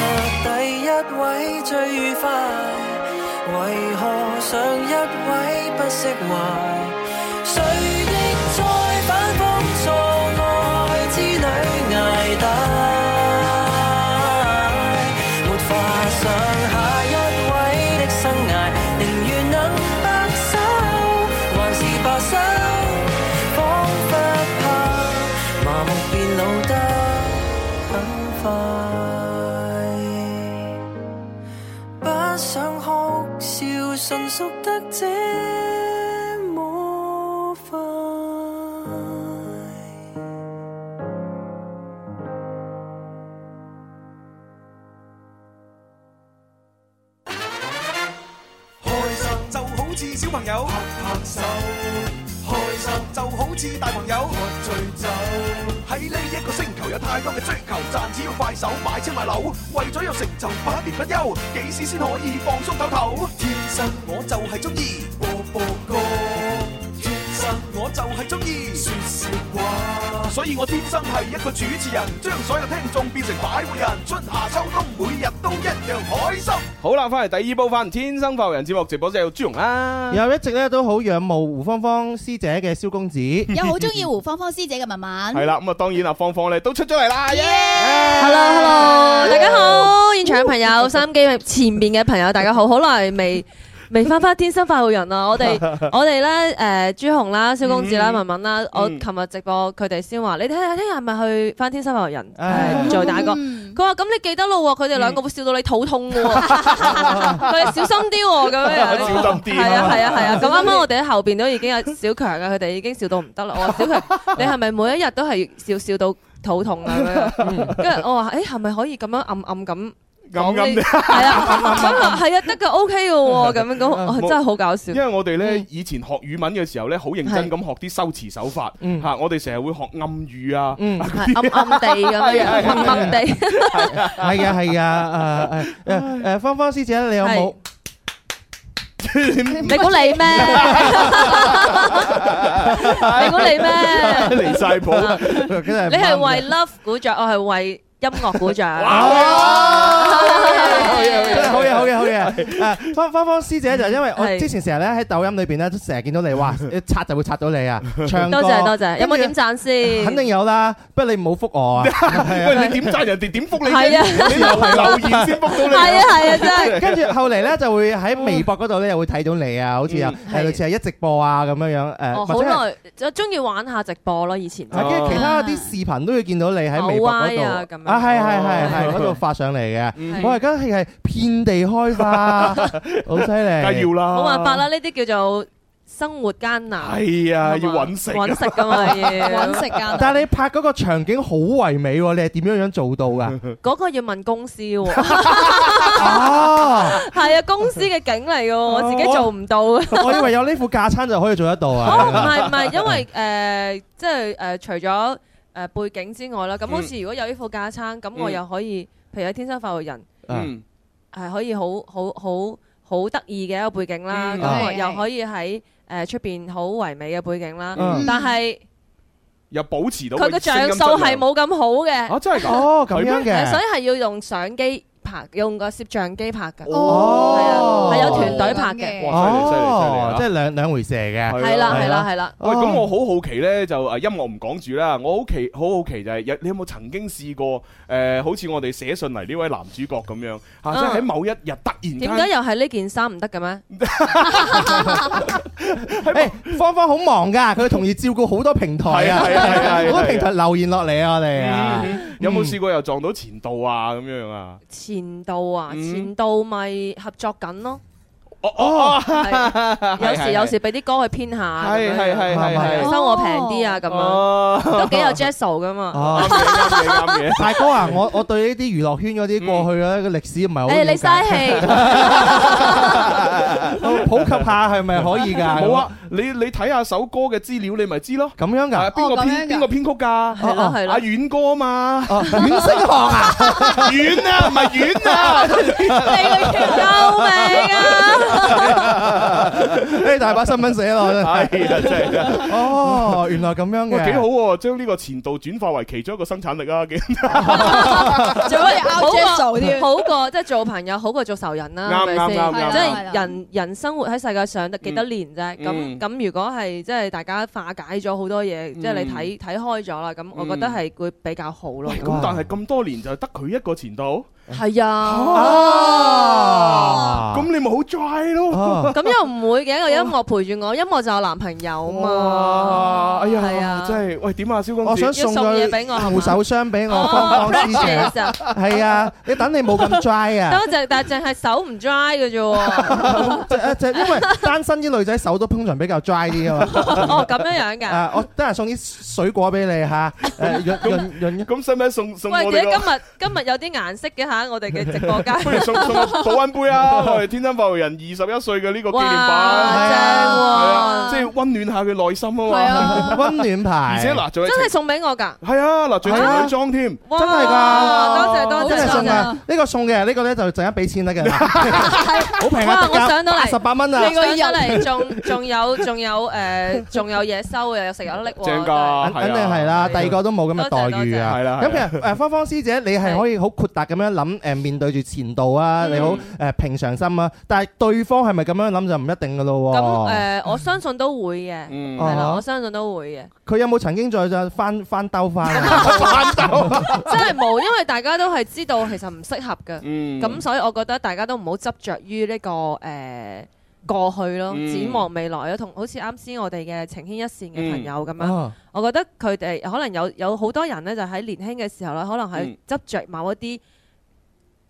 A: 第一位最愉快，為何上一位不釋懷？誰亦在反覆錯愛之旅捱打，沒法想下一位的生涯，寧願能白首，還是罷手，彷彿怕麻木變老得很快。不想哭笑，純屬得這麼快。
F: 开心就好似小朋友拍拍手，开心就好似大朋友喝醉酒。喺呢一個星球有太多嘅追求，賺錢要快手買車買樓，為咗有成就百年不休，幾時先可以放鬆唞唞？天生我就係中意播播歌，天生我就係中意说笑話，所以我天生係一個主持人，將所有聽眾變成擺活人，春夏秋冬每日都一樣開心。
B: 好啦，翻嚟第二部分《天生浮人》節目直播室有朱容啦。
D: 有一直咧都好仰慕胡芳芳師姐嘅蕭公子，
C: 又好中意胡芳芳師姐嘅文文
B: 系。啦，咁啊，當然阿芳芳咧都出咗嚟啦。
G: Hello Hello，大家好，現場嘅朋友、三機前面嘅朋友，大家好，好耐未。未翻翻天生快活人啊啦！我哋我哋咧誒朱紅啦、蕭公子啦、
B: 嗯
G: 文文啦，我琴日直播佢哋先話：你睇下聽日係咪去翻天生快活人
D: 唉
G: 誒做打歌？
C: 嗯
G: 佢話：咁你記得咯喎，佢哋兩個會笑到你肚痛嘅喎，佢哋小心啲喎 咁樣。
B: 小心啲
G: 係啊係啊係啊！咁啱啱我哋喺後邊都已經有小強嘅，佢哋已經笑到唔得啦。我話小強，你係咪每一日都係笑笑到肚痛啊？咁樣跟住我話：誒係咪可以咁樣暗暗咁？
B: 暗 暗地。
G: 係啊，咁啊係啊，得噶 OK 噶喎，咁樣講哦真係好搞笑
B: 因。為我哋咧
G: 嗯
B: 以前學語文嘅時候咧，好認真咁學啲修辭手法
D: 嗯
B: 嚇，我哋成日會學暗語 啊，
D: 嗯，
G: 係暗暗地咁
B: 係啊係啊
G: 樣，默默地，
D: 係嘅，係嘅，誒誒誒，芳芳師姐，你有冇
G: 係？你估你咩？你估你咩？
B: 離晒譜。
D: 真係
G: 你係
D: 唔啱嘅
G: 為 love 鼓掌，我係為音樂鼓掌。
D: 啊真哦係好嘢，好嘢，好嘢！啊，芳芳芳師姐就因為我
G: 係
D: 之前成日咧喺抖音裏邊咧，都成日見到你， 哇，一刷就會刷到你啊，唱歌
G: 多謝多謝，有冇點？贊
D: 跟住
G: 先？
D: 肯定有啦，不過你唔好覆我 啊！
B: 喂，你點讚人哋點覆你啫？
G: 係啊
B: 你留留言先 覆到你。
G: 係啊係啊，真係。
D: 跟住後嚟咧就會喺微博嗰度咧又會睇到你啊，好似有誒
G: 嗯係
D: 類似係一直播啊咁樣樣誒，
G: 哦，
D: 或
G: 好
D: 者係
G: 耐，我中意玩下直播咯，以前。
D: 啊跟住其他啲視頻都會見到你喺微博嗰
G: 牛蛙啊咁
D: 度
G: 樣哦
D: 啊，係係係係嗰度發上嚟 嘅。
B: 嗯
D: 我而家係係遍地開花，好犀利！
B: 梗係要啦。
G: 冇辦法。啦，呢啲叫做生活艱難。
B: 係啊，
G: 係
B: 要
G: 嘛
B: 揾食。
G: 揾食噶嘛要。
C: 揾食啊 噶，
D: 但係你拍嗰個場景好唯美喎，你係點樣樣做到 㗎？
G: 嗰個要問公司喎，
D: 啊！
G: 係啊，公司嘅景嚟嘅喎，我自己做唔到嘅。
D: 我以為有呢副架撐就可以做得到
G: 哦，唔
D: 啊！
G: 係唔係，因為 誒，即係誒，除咗誒背景之外啦，咁好似如果有呢副架撐，咁我
B: 嗯
G: 又可以，譬如喺天生發育人。
B: 嗯
G: 係可以好好好好得意嘅一個背景啦，
B: 嗯
G: 咁我
C: 係
G: 又
C: 係
G: 可以喺誒出邊好唯美嘅背景啦，
B: 啊
D: 嗯
G: 但係
B: 又保持到
G: 佢個像素係冇咁好嘅，
B: 啊，真係㗎。
D: 哦，咁樣
G: 誒所
D: 嘅，
G: 以係要用相機拍，用個攝像機拍㗎，
D: 哦
G: 係啊，係有團隊拍
C: 咁
G: 嘅，
C: 嘅
B: 哇！犀利犀利犀利啊
D: 哦，即係兩兩回事嚟嘅。
G: 係啦係
D: 係啦
G: 啦係啦，
B: 喂，
D: 哦
B: 咁我好好奇咧，就誒音樂唔講住啦，我好奇好好奇就係有你有冇曾經試過誒，好似我哋寫信嚟呢位男主角咁樣嚇，即係喺某一日突然
G: 點解
B: 間
G: 又係呢件衫唔得嘅咩？
D: 誒，哎芳芳好忙㗎，佢同意照顧好多平台啊，
B: 係啊係啊係啊係啊嗯
D: 好多平台留言落嚟啊，我哋啊，
B: 有冇試過又撞到前度啊咁樣啊？
G: 前度啊，
B: 嗯
G: 前度咪合作緊咯，
B: 哦哦，
G: 係有時
B: 係
G: 有時俾啲歌去編下，
B: 係
G: 咁樣
B: 係係係係
D: 係
G: 收我平啲啊咁樣，
B: 哦，
G: 都幾有 jazz 噶嘛。
D: 哦
B: 啱。嘅啱嘅啱嘅。
D: 大哥啊，我我對呢啲娛樂圈嗰啲過去嘅歷史唔係好
G: 誒，你
D: 了
G: 嘥
D: 解，
G: 氣，
D: 普及下係咪可以㗎？
B: 冇，啊，你你睇下首歌嘅資料，你咪知咯。
D: 咁樣
B: 啊，
D: 㗎。
B: 邊個
C: 哦咁
B: 編
C: 樣㗎
B: 邊個編曲㗎？
G: 係咯係
B: 阿
G: 咯，
B: 遠哥啊嘛，
D: 哦，阮星航啊，
B: 遠啊，唔係遠啊，
G: 你個救命啊！
D: 誒大把新聞寫落去。
B: 係啊，真係啊，
D: 哦，原來咁樣
B: 哇，
D: 嘅，
B: 幾好喎！將呢個前度轉化為其中一個生產力 啊，幾
C: 仲可以 out jazz
G: 好
C: 做
G: 過
C: 添，
G: 好過即係做朋友，好過做仇人啦，
B: 啱
G: 係咪
B: 啱啱
G: 先？即
C: 啱
G: 係人人生活喺世界上得幾多年啫？
B: 嗯
G: 咁咁如果係即係大家化解咗好多嘢，即係你睇睇開咗啦，咁我覺得係會比較好咯
B: 喂，。咁
D: 哇
B: 但係咁多年就得佢一個前度，
G: 係啊。
D: 啊
B: 咁你咪好 dry 咯。
D: 啊
G: 咁又唔會嘅，個音樂陪住我，音樂就有男朋友嘛
B: 哇！。哎
G: 係
B: 呀，
G: 啊
B: 真係喂，點啊，蕭公
D: 我
B: 子
D: 想？送
G: 要送嘢俾
D: 佢
G: 我係嘛
D: 護手霜俾我芳
G: 哦
D: 芳師姐，
G: practice 啊
D: 係啊，你等你 冇咁 dry 啊，
G: 多謝，但係淨係手唔 dry 嘅 啫喎。
D: 就誒就因為單身啲女仔手都通常比較 dry 啲啊嘛，
G: 哦，咁樣樣㗎。
D: 啊我得閒送啲水果俾你嚇，誒潤潤潤一，
B: 咁使唔使送送我
G: 喂，
B: 哋
G: 點解
B: 個？
G: 今日今日有啲顏色嘅嚇？我哋嘅直播間。
B: 不如送送個保温杯啊！ 我哋天生發育人二十一歲嘅呢個紀念版，
G: 哇，
D: 係
G: 正
B: 即係
G: 喎！
B: 温暖下佢內心啊
C: 係
B: 嘛。
C: 啊，
D: 温暖牌，
B: 而且嗱，仲有
G: 真係送俾我㗎，
B: 係啊，嗱，仲有
D: 係啊
B: 情侶裝添。
G: 哇
D: 真係㗎
G: 多謝多
D: 真係
G: 謝
D: 送嘅，
G: 多謝。
D: 呢個送嘅，呢個咧就陣間俾錢得嘅， 好平啊，
G: 哇
D: 特
G: 我上到
D: 價
G: 嚟
D: 十八蚊啊
G: 你，個人嚟仲仲有仲有誒仲有嘢收嘅，有食有拎喎。
B: 正㗎
G: 真啊係
D: 肯定係啦，第二個都冇咁嘅待遇啊。
B: 係啦，
D: 咁其實誒芳芳師姐，你係可以好豁達咁樣諗誒，面對住前度
G: 嗯
D: 啊，你好誒平常心啊。但係對方係咪咁樣諗就唔一定噶咯
G: 咁
D: 喎。
G: 誒，我相信都會嘅，
B: 嗯
D: 哦
G: 係啦，我相信都會嘅，
D: 佢有冇曾經再就翻翻兜翻啊？
G: 真係冇，因為大家都係知道其實唔適合嘅，
B: 嗯
G: 咁所以我覺得大家都唔好執着於呢個誒過去咯，
B: 嗯
G: 展望未來咯，同好似啱先我哋嘅情牽一線嘅朋友咁樣。
D: 哦
G: 我覺得佢哋可能有有好多人咧，就喺年輕嘅時候咧，可能係
B: 嗯
G: 執着某一啲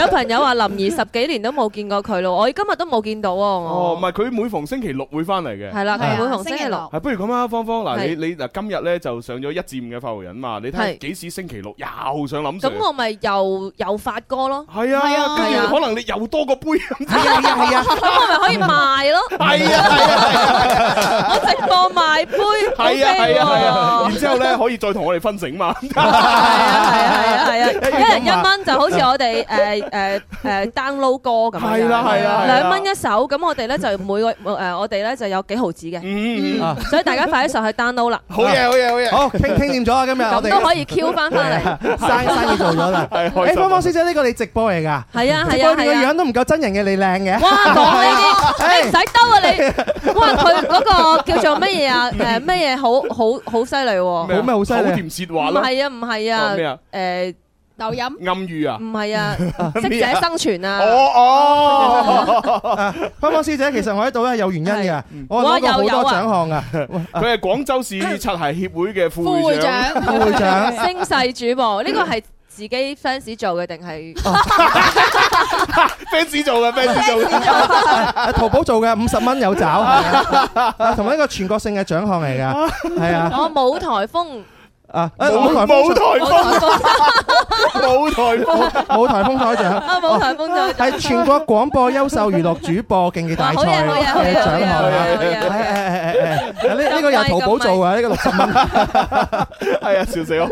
G: 有朋友話林怡十幾年都冇見過佢咯，我今日都冇見到喎。
B: 哦，唔
G: 我
B: 係佢每逢星期六會翻嚟嘅。
G: 係啦，
C: 係啊
G: 佢每逢星期六。
B: 係不如咁啊，芳芳嗱，
G: 係
B: 你你嗱今日咧就上咗一至五嘅發號人嘛，你睇下
G: 係
B: 幾時星期六又上諗
G: 咁我咪又又發 歌咯，
B: 係啊，
C: 係啊
B: 跟
G: 係啊
B: 住可能你又多個杯咁。
D: 係啊係啊係啊！
G: 咁我咪可以賣咯，
B: 係啊係啊
G: 我直播賣杯，
B: 係啊係啊係啊！
G: 好驚喎
B: 然之後咧可以再同我哋分成嘛。
G: 係啊係啊係啊係啊，一人一蚊就好似我哋誒誒誒 download 歌咁樣，
B: 係啦係啦係啦
G: 兩蚊一首，咁我哋咧就每個誒我哋咧就有幾毫子嘅，
B: 嗯，嗯嗯
G: 所以大家快啲上去 download 啦，
B: 好嘢好嘢好嘢。
D: 好傾傾掂咗啊！今日我
G: 咁都
D: 哋
G: 可以 Q 翻翻嚟，
D: 生生意做咗啦。
B: 係開
D: 誒，
B: 心
D: 芳芳師姐呢個你直播嚟㗎？
G: 係啊
D: 直
G: 係
D: 播
G: 啊
D: 你個
G: 係啊
D: 樣。都唔夠真人嘅你靚嘅。
G: 哇！講呢啲，你唔使兜啊你！哇，佢嗰個叫做乜嘢啊？誒乜嘢好好好犀利喎！
D: 冇咩好犀利
B: 口甜舌
G: 唔
B: 滑咯。
G: 係啊，唔係
B: 哦咩
G: 啊，
B: 啊？
G: 誒
C: 留飲
B: 暗語啊？
G: 唔係啊，適者生存
B: 哦
G: 啊！
B: 哦，
D: 芳芳師姐，其實我喺度咧有原因嘅
G: 係，
D: 我攞過好
G: 哇又有
D: 多獎
G: 啊
D: 項㗎。
B: 佢係廣州市擦鞋協會嘅副
C: 副
B: 會
C: 會
B: 長。
C: 長，
D: 副會長
G: 星勢主 播呢個係自己 fans 做嘅定係
B: fans 做嘅 fans 做嘅，
D: 啊淘寶做嘅五十蚊 有找，係啊同埋一個全國性嘅獎項嚟㗎，係啊
G: 我哦舞台風？
D: 啊！啊
B: 舞台
D: 風
B: 舞台
G: 舞台 風
B: 風舞台 風，
D: 舞台風台獎。
G: 啊！舞台風就
D: 係全國廣播優秀娛樂主播競技大賽
G: 好嘢好嘢好
D: 嘅
G: 嘢好
D: 獎
G: 嘢
D: 項
G: 好
D: 啊！
G: 嘢好嘢！
D: 誒誒誒誒呢呢個由淘寶做嘅，呢個六十蚊。
B: 係啊，笑死我！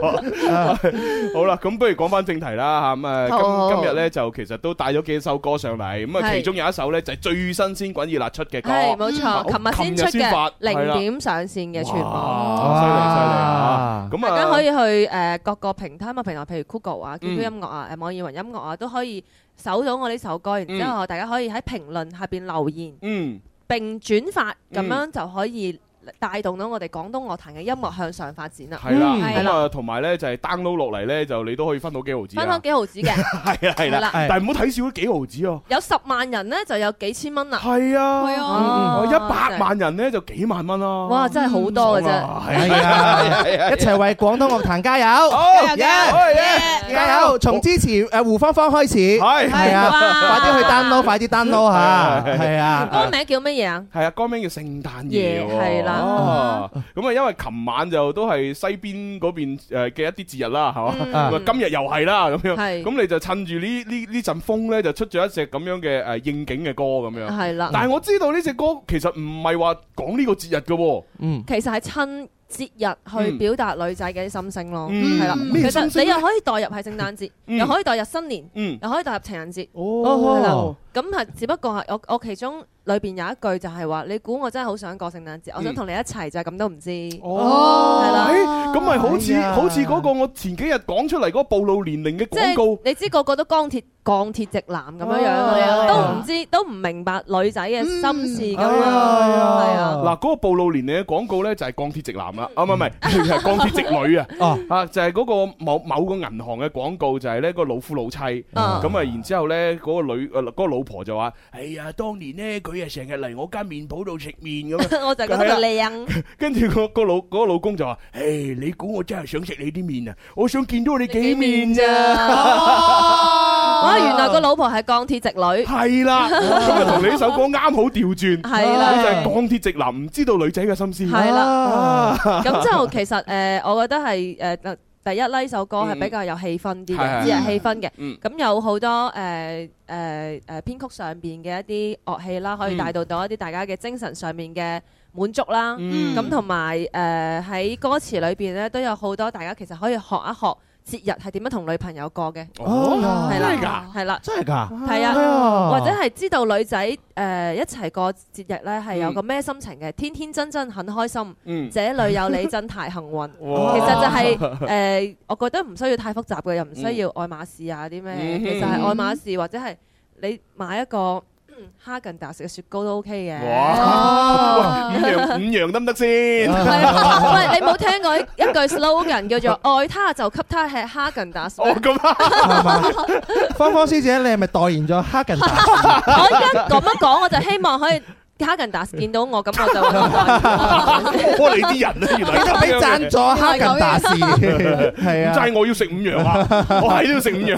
B: 好啦，咁不如講翻正題啦吓，咁
G: 好好
B: 啊，
G: 好
B: 今今日咧就其實都帶咗幾首歌上嚟，咁啊，
G: Ờ. 係
B: 其中有一首咧就係最新鮮滾熱辣出嘅歌，
G: 係冇
B: 嗯
G: 錯，琴日先出
B: 琴日先發
G: 嘅
B: 係啦
G: 零點上線嘅全部。
B: 哇犀利啊犀利啊！
D: 啊！
B: 咁
G: 大家可以
B: 啊，
G: 去誒各個平台啊嘛，平台譬如 Google 啊、
B: 嗯
G: QQ 音樂啊、誒網易雲音樂啊，都可以搜到我呢首歌，然之後大家可以喺評論下邊留言
B: 嗯，
G: 並轉發，咁
B: 嗯
G: 樣就可以呃帶動到我哋廣東樂壇嘅音樂向上發展啦。
B: 係啦，
D: 嗯
G: 係
B: 咁
G: 啦
B: 啊，同埋咧就係 download 落嚟咧，就你都可以分到幾毫子
G: 分享
B: 啊，
G: 幾毫子嘅，
B: 係啊係
G: 係
B: 啦，
G: 啦，
D: 係
B: 但係唔好睇少咗幾毫子哦，
G: 有十萬人咧就有幾千蚊啦。
B: 係
C: 係
B: 啊，
C: 啊，
G: 哦
B: 一百！萬人咧就幾萬蚊
D: 哦
B: 啦，
G: 哇，真係好
B: 嗯
G: 多嘅啫。
B: 係
D: 係啊，一齊為廣東樂壇加油！
B: 哎好
G: 哦
D: 加油！
B: 哎
D: 加油！從支持誒胡芳芳開始，
B: 係
D: 係啊，
G: 哇
D: 快啲去
B: 啊
D: download，快啲 download 嚇，係啊。
G: 歌名叫乜嘢啊？
B: 係啊，歌名叫聖誕夜喎，
G: 夜係啦
B: 哦咁啊，因為琴晚就都係西邊嗰邊誒嘅一啲節日啦，係嘛，
D: 啊
B: 咁啊
G: 嗯
B: 今日又係啦，咁樣，
G: 係
B: 咁你就趁住呢呢呢陣風咧，就出咗一隻咁樣嘅誒應景嘅歌咁樣。
G: 係啦，
B: 但係我知道呢只歌其實唔係話講呢個節日嘅喎，
D: 嗯，
G: 其實係趁節日去表達女仔嘅啲心聲咯，
B: 嗯
G: 係啦。
B: 咩
G: 其
B: 心聲
G: 實你
B: 咧
G: 又可以代入係聖誕節，
B: 嗯
G: 又可以代入新年，
B: 嗯，
G: 又可以代入情人節。係啦
D: 哦，
G: 咁係只不過係我我其中裏邊有一句就係話，你估我真係好想過聖誕節，我想同你一齊就係咁都唔知。
B: 嗯哦
G: 係啦
B: 誒咁咪好
D: 哎
B: 似
D: 呀
B: 好似嗰個我前幾日講出嚟嗰個暴露年齡嘅
G: 啊即
B: 廣
G: 係
B: 告，
G: 你知個個都鋼鐵鋼鐵直男咁樣樣
D: 哦
G: 啊，都唔知都唔明白女仔嘅心事咁樣，
D: 哎
G: 係
D: 呀
G: 啊，
B: 嗱嗰個暴露年齡嘅廣告咧就係鋼鐵直男 啦，啊唔係唔係，係鋼鐵直女啊。
D: 哦，
B: 啊，就係嗰個某某個銀行嘅廣告，就係呢個老夫老妻，咁
G: 啊
B: 啊，然之後咧嗰個女誒呃嗰個老婆就話：哎呀，當年呢，佢啊成日嚟我間麵鋪度食麵咁啊，
G: 我就覺得佢靚，
B: 跟住個個老嗰個老公就話：唉，你估我真係想食你啲麵啊？我想見到你幾面咋？
G: 哇！哦原來
D: 啊
G: 個老婆係鋼鐵直女，
B: 係啦，咁啊同你呢首歌啱好調轉，
G: 係
B: 你就係
G: 啦，
B: 鋼鐵直男，唔知道女仔嘅心思。
G: 係啦。
D: 啊
G: 咁之後其實誒、呃我覺得係誒、呃第一呢首歌係比較有氣氛啲
B: 嗯
G: 嘅，只係氣氛嘅。
B: 嗯
G: 咁有好多誒誒誒編曲上邊嘅一啲樂器啦，可以帶到到一啲大家嘅精神上面嘅滿足啦。
B: 嗯
G: 咁同埋誒喺歌詞裏邊咧，都有好多大家其實可以學一學節日係點樣同女朋友過嘅，
D: 哦，
G: 係
B: 真係
G: 啦
B: 㗎，
G: 係啦，
D: 真係㗎，
G: 係啊。
D: 啊
B: 哦
G: 或者係知道女仔誒、呃一齊過節日咧，係有個咩心情嘅？天天真真很開心，
B: 嗯，哦
G: 這裏有你真太幸 運。
B: 哇
G: 其實就 係、誒、我覺得唔需要太複雜嘅，又唔需要愛馬仕啊啲咩，
B: 嗯
G: 其實係愛馬仕或者係你買一個哈根達斯嘅雪糕都 OK 嘅。
B: 哇！喂五樣五樣得唔得先？
G: 係啊喂，你冇聽過一一句 slogan 叫做愛他就給他吃哈根達斯咩？
B: 哦咁 啊，
D: 係嘛？芳芳師姐，你係咪代言咗哈根達 斯？
G: 我而家咁樣講，我就希望可以哈根達斯見到我，咁我就會
B: 我你啲人啊咧，原來
D: 你就俾贊助哈根達斯，係
B: 唔
D: 啊。
B: 齋我要食五樣啊！ 我係都要食五樣，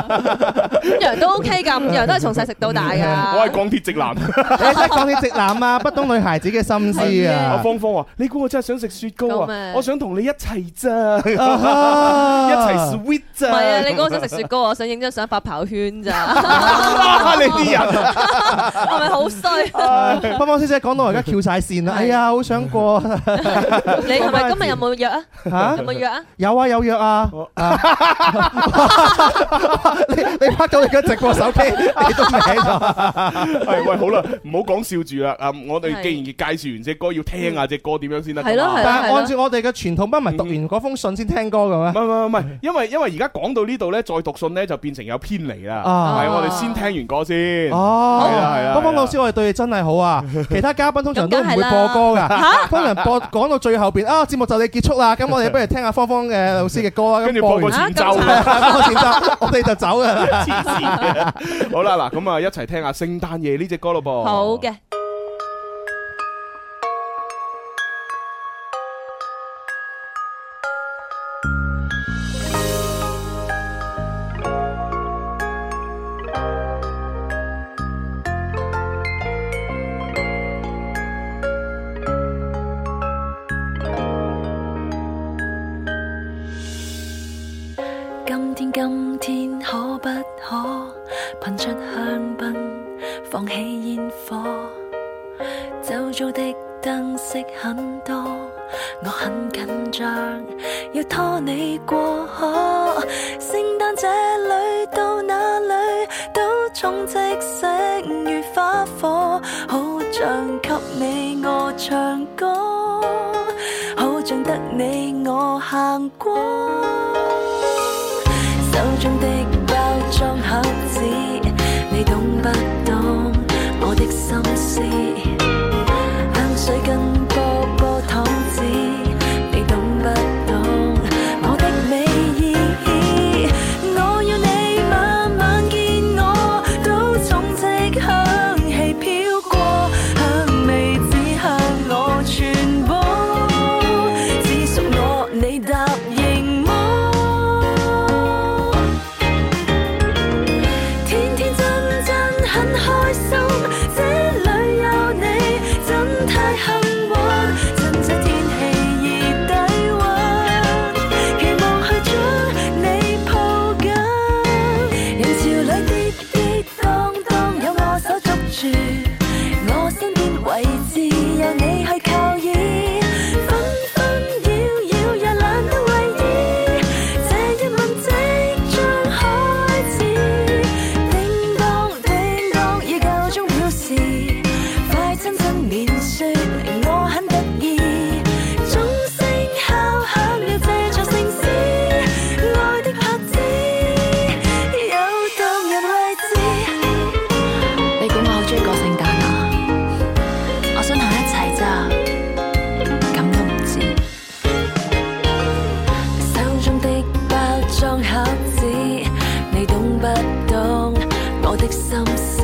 G: 五羊都 OK 㗎，五羊都係從細食到大㗎。
B: 我係鋼鐵直男。
D: 你真係講起直男啊，不 懂女孩子嘅心思
B: 阿
D: 啊。
B: 芳芳話：你估我真係想食雪糕
G: 救
B: 啊
G: 命！
B: 我想同你一齊咋，一
D: 啊
B: 齊 sweet
G: 唔
B: 咋。
G: 係 啊！你嗰個想食雪糕，我想影張相發朋友圈咋，
B: 啊！你啲人
G: 係咪好衰？
D: 芳芳師姐講到我而家翹晒線啦，哎呀，好想過
G: 你係咪今日有冇 約啊？
D: 嚇
G: 有。冇約啊？
D: 有啊有約啊！ 啊你你拍到你嘅直播手機，你都歪咗。
B: 係喂，好啦，唔好講笑住啦。啊，我哋
G: 係
B: 既然介紹完只歌，要聽下只歌點樣先得㗎嘛。啊
G: 係咯係咯
D: 但係按照我哋嘅傳統，不咪讀完嗰封信先聽歌嘅
B: 唔
D: 咩？
B: 係唔係唔係，因為因為而家講到呢度咧，再讀信咧就變成有偏離啦。
D: 啊
B: 係我哋先聽完歌先。
D: 哦，
B: 係啊係啊
D: 芳芳老師，我哋對你真係好啊！其他嘉賓通常都唔會
G: 咁梗係啦
D: 播歌噶，通常播講到最後邊啊，節目就你結束啦，咁我哋不如聽下芳芳嘅老師嘅歌啦，
B: 跟住
D: 咁
B: 播
D: 播
B: 個
D: 完
B: 前
G: 前
B: 奏
G: 奏，
D: 播前奏，我哋就走噶啦。
B: 黐線嘅。好啦，嗱咁啊，一齊聽下《聖誕夜》呢只歌咯噃。
G: 好嘅。
H: 今天今天可不可噴出香檳，放起煙火？周遭的燈飾很多，我很緊張，要拖你過河。聖誕這裏到那裏都充斥星月花火，好像給你我唱歌，好像得你我行過。手中的包裝盒子，你懂不懂我的心思？香水跟波波糖紙，你懂不懂我的美意？我要你晚晚見我，都充斥香氣飄過，香味只向我傳播，只屬我，你答應麼？天天真真很開心，這裏有你真太幸運。趁這天氣熱低溫，期望去將你抱緊。人潮裏跌跌蕩蕩，有我手捉住，我身邊位置有你去靠倚。紛紛擾擾也懶得為意，這一吻即將開始。叮當叮當，已夠鐘表示，快親親面説我很得意。鐘聲敲響了這場盛事，愛的拍子有動人位置。你估我好中意過聖誕啊？我想同你一齊咋，咁都唔知。手中的包裝盒子，你懂不懂我的心思？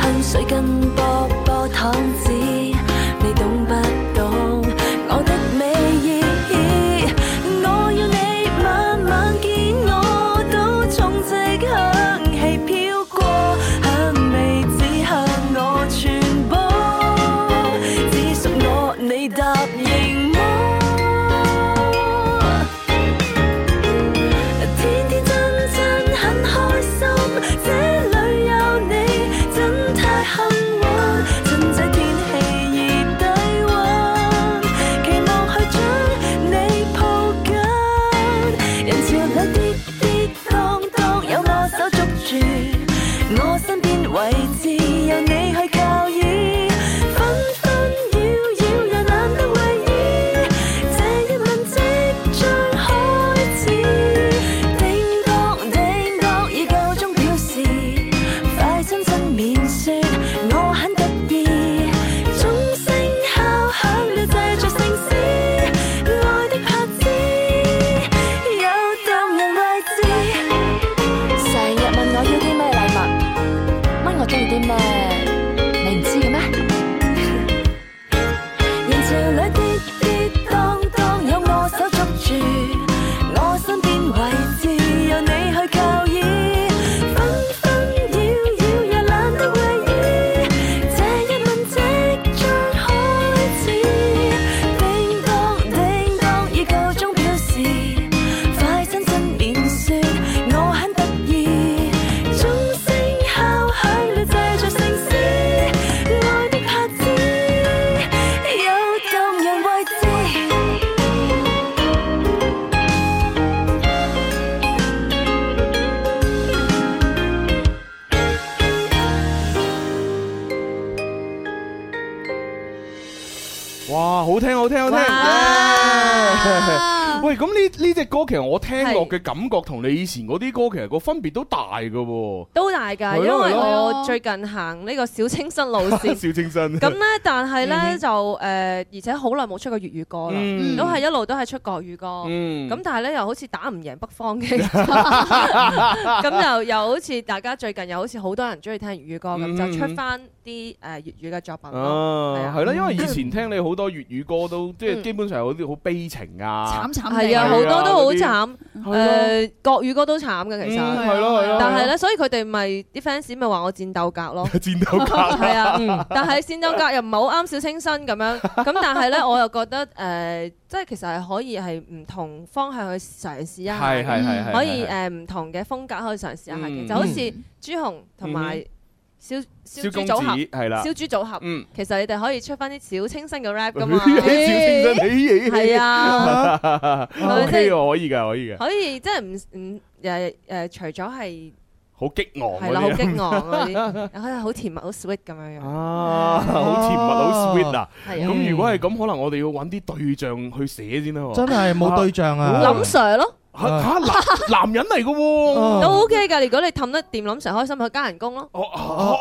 H: 香水跟波波糖紙，你懂不懂我的美意？我要你晚晚見我，都充斥香氣飄過，香味只向我傳播，只屬我，你答應麼？天天真真很開心，這裏有你真太幸運。趁這天氣熱低溫，期望去將你抱緊。人潮裏跌跌蕩蕩，有我手捉住，我身邊位置有你去靠倚。紛紛擾擾也懶得為意，這一吻即將開始。叮當叮當，已夠鐘表示，快親親
B: 哇，好聽好聽好聽！耶
G: 哇！
B: 喂，咁呢呢只歌其實我聽落嘅感覺同你以前嗰啲歌其實個分別都大嘅喎。
G: 都大㗎，
B: 係
G: 因
B: 咯
G: 為
B: 係
C: 咯
G: 我最近行呢個小清新路線，
B: 小清新
G: 咁咧，但係咧就誒，而且好耐冇出過粵語歌啦，
B: 嗯
G: 都係一路都係出國語歌。
B: 嗯
G: 咁但係咧又好似打唔贏北方 嘅， 咁又又好似大家最近又好似好多人中意聽粵語歌
B: 嗯
G: 咁，就出翻啲誒呃粵語嘅作品咯。係
B: 啊
G: 啊，
B: 係啦，因為以前聽你好多粵語歌都即係
G: 嗯
B: 基本上有啲好悲情啊，
C: 慘慘地
G: 係啊，
B: 係啊
G: 好多都好
B: 嗰啲
G: 慘，誒國語歌都慘嘅
B: 嗯
G: 其實，
B: 係咯係咯，
G: 但係咧，所以佢哋咪啲 fans 咪話我戰鬥格 咯。
B: 戰鬥格
G: 係
B: 嗯
G: 啊，但係戰鬥格又唔係好啱小清新咁 樣，咁但係咧我又覺得誒、呃即係其實係可以係唔同方向去嘗試一下
B: 係
G: 嘅，
B: 係係係
G: 嗯可以
B: 係
G: 誒唔同嘅風格可以嘗試一下
B: 嗯
G: 嘅，就好似朱紅同埋小
B: 小
G: 小豬
B: 公
G: 組合，
B: 子係啦
G: 小，豬組合，啊
B: 嗯，
G: 其實你哋可以出翻啲小清新嘅 rap
B: 小
G: 噶嘛，
B: 清新，
G: 係啊，
B: 啊
G: 咪
B: ，OK 喎可以㗎，可以 㗎，
G: 可以即係唔唔誒誒，除咗係
B: 好激昂嗰啲啊
G: 係啦，好激昂嗰 啲，可以好甜啊蜜好 sweet 咁樣樣，
B: 啊，好甜蜜，好 sweet 啊！
G: 係啊，
B: 咁如果係咁，可能我哋要揾啲對象去寫先啦喎。
D: 真係冇對象
B: 好
D: 啊
B: 諗！
G: 林 Sir 咯。
B: 嚇嚇 男男人嚟嘅喎。
G: 都
D: 哦
G: OK 噶，如果你氹得掂，諗成開心咪加人 工咯。
B: 哦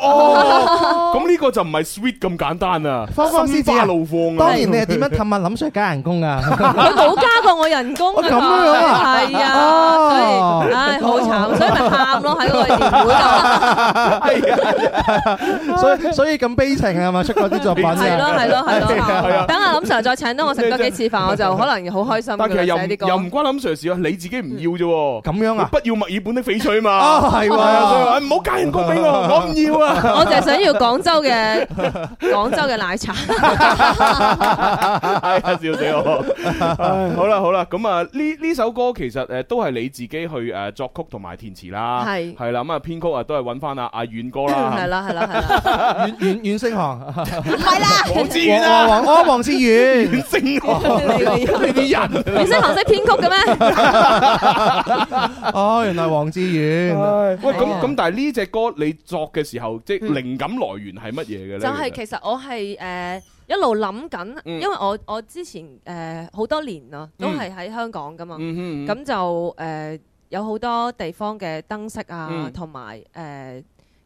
B: 哦，咁呢個就唔係 sweet 咁簡單啊，
D: 花花獅
B: 心
D: 子啊
B: 花怒放
D: 當
B: 啊
D: 然！你係點樣氹阿林 Sir 加人 工啊？
G: 佢冇加過我人工
D: 哦咁樣啊
G: 係
D: 哦
G: 啊，所以唉好慘，所以咪喊咯喺嗰個年會 度，
B: 係啊，
D: 所以所以咁悲情係咪出嗰啲作品 啊？
G: 係咯係咯
B: 係
G: 係
B: 啊
G: 咯。等阿林 Sir 再請多我食多幾次飯，我就可能好開心
B: 但其實
G: 嘅
B: 又唔
G: 寫啲
B: 又
G: 歌
B: 唔。關林 Sir 事啊，你自己唔要啫喎。
D: 咁樣啊？
B: 不要墨爾本的翡翠嘛。
D: 啊係喎
B: 係啊所以話唔好加人工俾我，我唔要啊。
G: 我就係想要廣州 嘅廣州嘅奶茶，
B: 哎呀，笑死我！唉好啦好啦，咁啊呢呢首歌其實誒都係你自己去誒作曲同埋填詞啦，
G: 係
B: 係啦咁啊編曲啊都係揾翻阿阿遠哥 啦，
G: 係啦係啦係 啦。
D: 遠遠遠星航，
C: 唔係啦，
B: 黃志遠
D: 黃
B: 啊，
D: 黃我黃志遠，
B: 遠星河呢啲人。
G: 你識韓式編曲嘅咩？
D: 哦，原來黃志遠，
B: 唉喂，咁
G: 係啊
B: 咁，但係呢只歌你作嘅時候，即係靈感來源係乜嘢嘅咧？
G: 嗯就係
B: 其實
G: 其實我係誒一路諗緊，
B: 嗯
G: 因為我我之前誒好多年啦，都係喺香港噶嘛。
B: 嗯
G: 咁就誒、呃有好多地方嘅燈飾啊
B: 嗯，
G: 同埋誒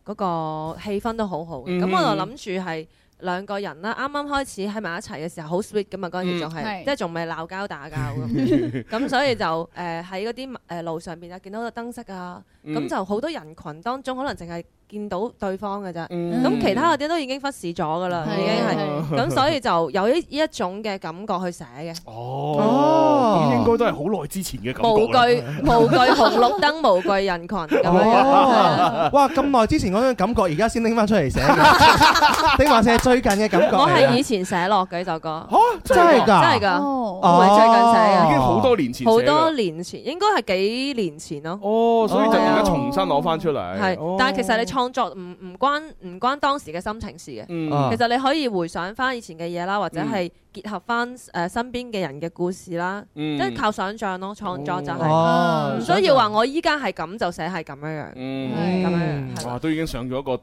G: 嗰個氣氛都好好嘅。
B: 嗯
G: 咁、我就諗住係兩個人啦，啱啱開始喺埋一齊嘅時候好 sweet 噶嘛，嗰陣時仲
B: 嗯
G: 係、
C: 係
G: 即係仲未鬧交打交咁。 咁所以就誒喺嗰啲誒路上邊啊，見到好多燈飾啊，咁、
B: 嗯
G: 就好多人群當中，可能淨係見到對方嘅啫。
B: 嗯
G: 咁其他嗰啲都已經忽視咗㗎啦，
C: 係
G: 已經係
C: 係
G: 咁，所以就有呢呢一種嘅感覺去寫嘅。
B: 哦，咁應該都係好耐之前嘅感
G: 無
B: 覺啊啦。
G: 懼無懼紅綠燈，無懼人群咁樣。啊
D: 哦，哇，咁耐之前嗰種感覺，而家先拎翻出嚟寫 嘅，定還是係最近嘅感覺嚟
G: 我
D: 啊？
G: 係以前寫落嘅呢首歌，
B: 嚇，
D: 真係㗎，
G: 真係㗎，
C: 哦，
D: 哦，
G: 唔係最近寫嘅
B: 已經好多年前
G: 好
B: 寫㗎
G: 多年前，應該係幾年前咯。
B: 哦，所以就
G: 係啊
B: 而家重新攞翻出嚟。
G: 係，但係其實你
B: 哦
G: 創作唔唔關唔關當時嘅心情事嘅。
B: 嗯
D: 啊
G: 其實你可以回想翻以前嘅嘢啦，或者係結合翻誒身邊嘅人嘅故事啦，
B: 嗯
G: 即係靠想像咯。創作就係
D: 哦
G: 唔，需嗯要話我依家係咁就寫係咁樣樣。
B: 嗯，
G: 係咁樣樣係
B: 哇，
G: 啦，
B: 都已經上咗一個誒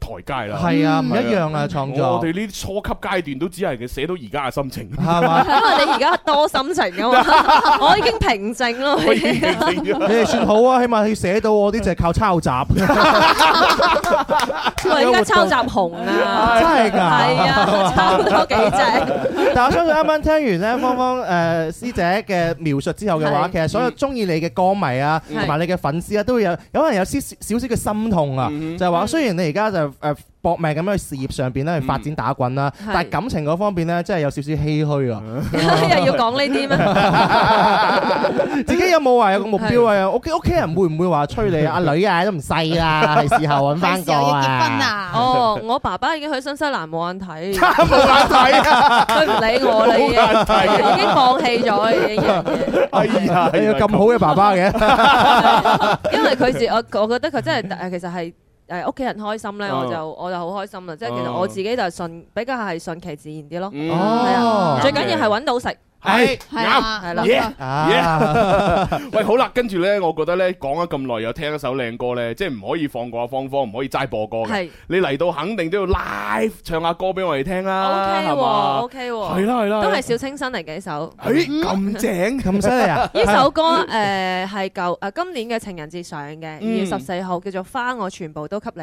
B: 台階啦。
D: 係啊，唔一樣啊，創
B: 我
D: 作
B: 哋呢啲初級階段都只係嘅寫到而家嘅心情，
D: 係嘛？
G: 因為你而家多心情 啊嘛，我已經平靜咯。
B: 我已經平靜咗。
D: 你哋算好啊，起碼要寫到我啲就係靠抄襲，
G: 我而家抄襲 紅啊，
D: 真係㗎。
G: 係啊，抄多幾隻。
D: 但我相信啱啱聽完咧芳芳誒師姐嘅描述之後嘅話，
G: 係
D: 其實所有中意你嘅歌迷啊，
G: 係
D: 同埋你嘅粉絲啊，都會有有可能有少少少嘅心痛啊，就係話雖然你而家就誒搏命咁樣去事業上邊咧去發展打滾啦，
G: 係
D: 但係感情嗰方面咧真係有少少唏 噓啊。
G: 又哎要講呢啲咩？
D: 自己有冇話有個目標啊？屋企屋企人會唔會話催你啊？阿女啊，都唔細啦，係時候揾翻
C: 係時
D: 個
C: 候要
D: 啊。
C: 結婚！啊！
G: 哦，我爸爸已經去新西蘭冇眼睇，
B: 冇眼睇啊！
G: 佢唔理我啦，已經
B: 冇眼睇啊
G: 已經放棄咗啦，已經呢樣
B: 哎呀，
D: 你有咁好嘅爸爸嘅，
G: 嘢。因為佢自我，我覺得佢真係誒，呃其實係。誒屋企人開心咧，
B: 嗯
G: 我就我就好開心啦。即係其實
B: 嗯
G: 我自己就係順比較係順其自然啲咯。
B: 嗯
G: 係
D: 哦
G: 啊，最緊要係揾到食，
B: 係
C: 係
B: 啱。
C: 啊，
G: 係啦
C: 冇錯
B: Yeah 喂，好啦，跟住呢，我覺得呢講咗咁耐又聽一首靚歌呢，即係唔可以放過阿芳芳，唔可以齋播歌嘅。
G: 係
B: 你嚟到肯定都要 live 唱下歌俾我哋聽啦，
G: ，OK
B: 係
G: 喎
B: 嘛？
G: ，OK
B: 係
G: 喎，
B: 啦係啦，
G: 都係小清新嚟嘅一首。
B: 誒咁正，
D: 咁犀 利啊！
G: 呢首歌誒係舊誒今年嘅情人節上嘅，二
B: 嗯
G: 月十四號叫做《花我全部都給你》。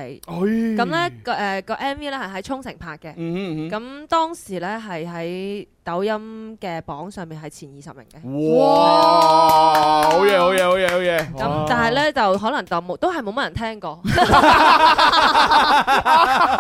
G: 咁
B: 咁
G: 咧個誒個 MV 咧係喺沖繩拍嘅。
B: 嗯嗯嗯
G: 咁當時咧係喺抖音嘅榜上面係前二十名嘅。
B: 哇，好嘢好嘢好嘢好嘢！
G: 咁但係咧就可能就冇都係冇乜人 聽過。
B: 啊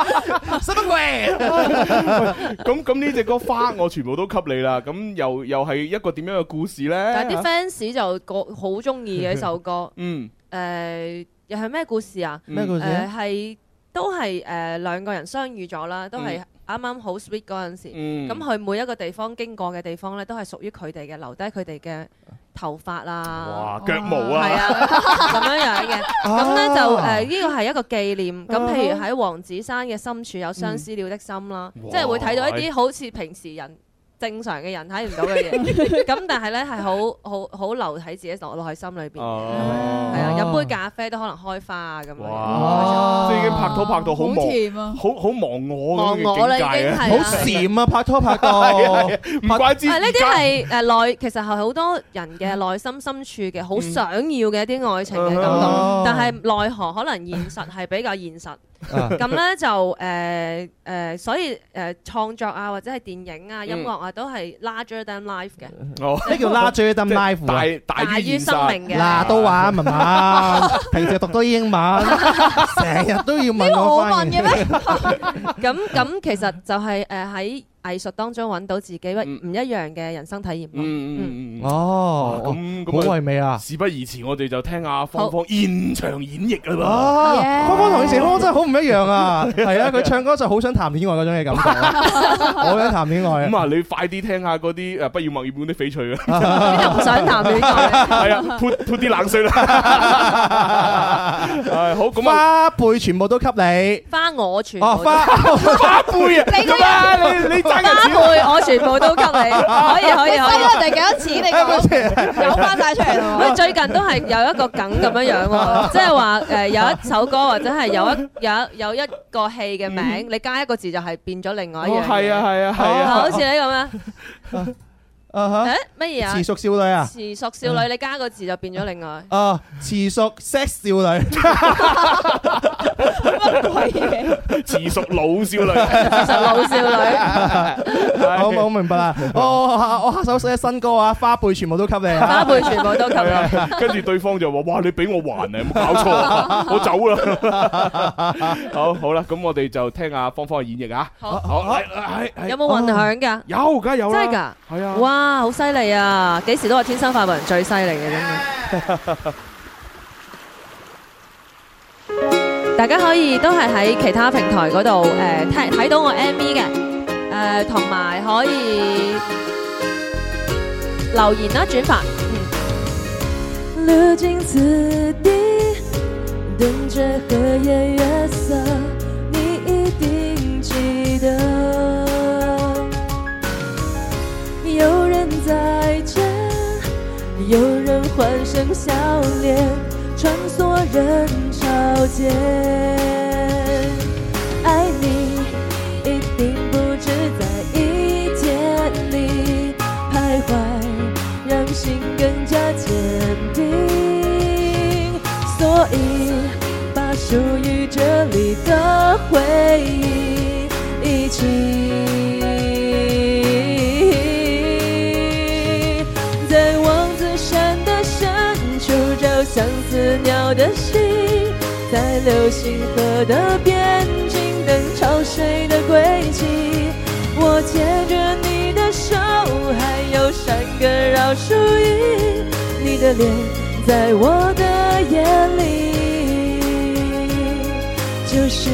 B: 咁咁呢只歌花我全部都給你啦，咁又又係一個點樣嘅故事
G: 但係啲
B: 呢？，
G: fans 就個好中意嘅一首歌
B: 嗯，
G: 誒又係咩故事啊？
D: 咩故事
G: 誒
D: 啊？
G: 係都係誒兩個人相遇咗啦，都係啱啱好 sweet 嗰陣時。
B: 嗯
G: 咁佢每一個地方經過嘅地方咧，都係屬於佢哋嘅，留低佢哋嘅頭髮啊，
B: 哇腳毛
G: 係
B: 啊，
G: 啊，咁樣樣嘅。
B: 哦
G: 咁咧就
D: 啊
G: 誒呢個係一個紀念。
B: 嗯
G: 咁譬如喺黃子山嘅深處有相思了的心啦，
B: 嗯
G: 即係會睇到一啲好似平時人。正常嘅人睇唔到 嘅嘢，咁但係咧係好好好留喺自己內內心裏邊嘅，
B: 哦
G: 係啊，飲杯咖啡都可能開花啊咁樣，啊
B: 哇，即係已經拍拖拍到好
C: 好
B: 忙，
C: 甜啊！
B: 好好忘我
G: 忘
B: 咁
G: 我啦
B: 嘅
G: 已經
B: 境界啊！
G: 係
D: 好
G: 啦。
D: 閃啊！拍拖 拍
B: 係
D: 到
B: 啊係啊唔怪之
G: 啊！呢啲
B: 而家
G: 係誒內，其實係好多人嘅內心深處嘅好想要嘅一啲愛情嘅感
D: 嗯
G: 動，但係奈何可能現實係比較現實，咁咧就誒誒，所以誒創作啊，或者係電影啊、
B: 嗯
G: 音樂啊，都係 larger than life 嘅，
B: 哦
D: 咩叫拉 J 登 live 啊？
B: 大大
G: 大於
B: 於現
G: 生
B: 實。嗯
G: 命嘅。
D: 嗱，都話 文文，平時讀多啲英文，成日都要
C: 呢
D: 問
C: 個
D: 我
C: 我
D: 翻
C: 問
D: 嘅
C: 嘅。咩？
G: 咁咁，其實就係誒喺藝術當中揾到自己不
B: 嗯
G: 唔一樣嘅人生體驗咯。
B: 嗯嗯嗯嗯，
D: 哦，
B: 咁
D: 好
B: 咁啊
D: 唯美啊！
B: 事不宜遲，我哋就聽阿芳芳現場演繹啦
D: 啊，
G: Yeah
D: 芳芳同以前芳芳真係好唔一樣 啊！係啊，佢唱歌就好想談戀愛嗰種嘅感覺，好想談戀
B: 噃。
D: 愛
B: 咁啊，你快啲聽下嗰啲誒不要墨爾本啲翡翠啊！
G: 邊度唔想談戀愛？
B: 係啊，潑潑啲冷水啦。 係好咁啊，
D: 花唄全部都給你，
G: 花我全部
D: 哦
G: 都
D: 花，
B: 花杯啊，咁啊，你你爭人
G: 花
B: 錢啊。
G: 貝我全部都給你，可以可以可以。
C: 收咗人哋幾多錢？ 你講有翻晒出嚟
G: 喂，
C: 喎！
G: 最近都係有一個梗咁樣樣 喎，即係話誒有一首歌或者係有一有有一個戲嘅名，你加一個字就係變咗另外一樣
B: 嗯哦
G: 嘢。
B: 係啊，係啊，係
G: 哦
B: 啊。
G: 好似你咁
D: 啊
G: 樣，誒乜嘢
D: 哈，
G: 啊
D: 持？續少女 啊，
G: 持熟少
B: 嗯
G: 女，你加個字就變咗另 外。
D: 啊持續 sex 少女，
C: 乜鬼嘢？
B: 自熟老少 女，
G: 其實老少女，
B: 啊
D: 我我明白 啦。哦，下我下首寫新歌啊，花唄全部都給你啊，
G: 花貝全部都給
B: 係
G: 你。
B: 啊，跟住對方就話：哇，你俾我還啊，有冇搞錯 啊，我走啦。 好好啦，咁我哋就聽下芳芳嘅演繹啊。
G: 好
B: 好，係係係
G: 有冇混
D: 啊
G: 響㗎？
B: 有，梗係有
G: 真
B: 啦。
G: 係㗎！
B: 係啊。
G: 哇，好犀利啊！幾時都話天生快活人最犀利嘅，真係。 大家可以都係喺其他平台嗰度誒睇睇到我 MV 嘅，誒同埋可以留言啦、轉發。嗯
H: 流进此地，等着荷叶月色，你一定记得。有人在这，有人欢声笑脸，穿梭人潮间。爱你，一定不止在一天里徘徊。让心更加坚定。所以，把属于这里的回忆一起在望子山的深处找相思鸟的心，在流星河的边境等潮水的归期。我牵着你的手，还有山歌绕树影，你的脸在我的眼里，就是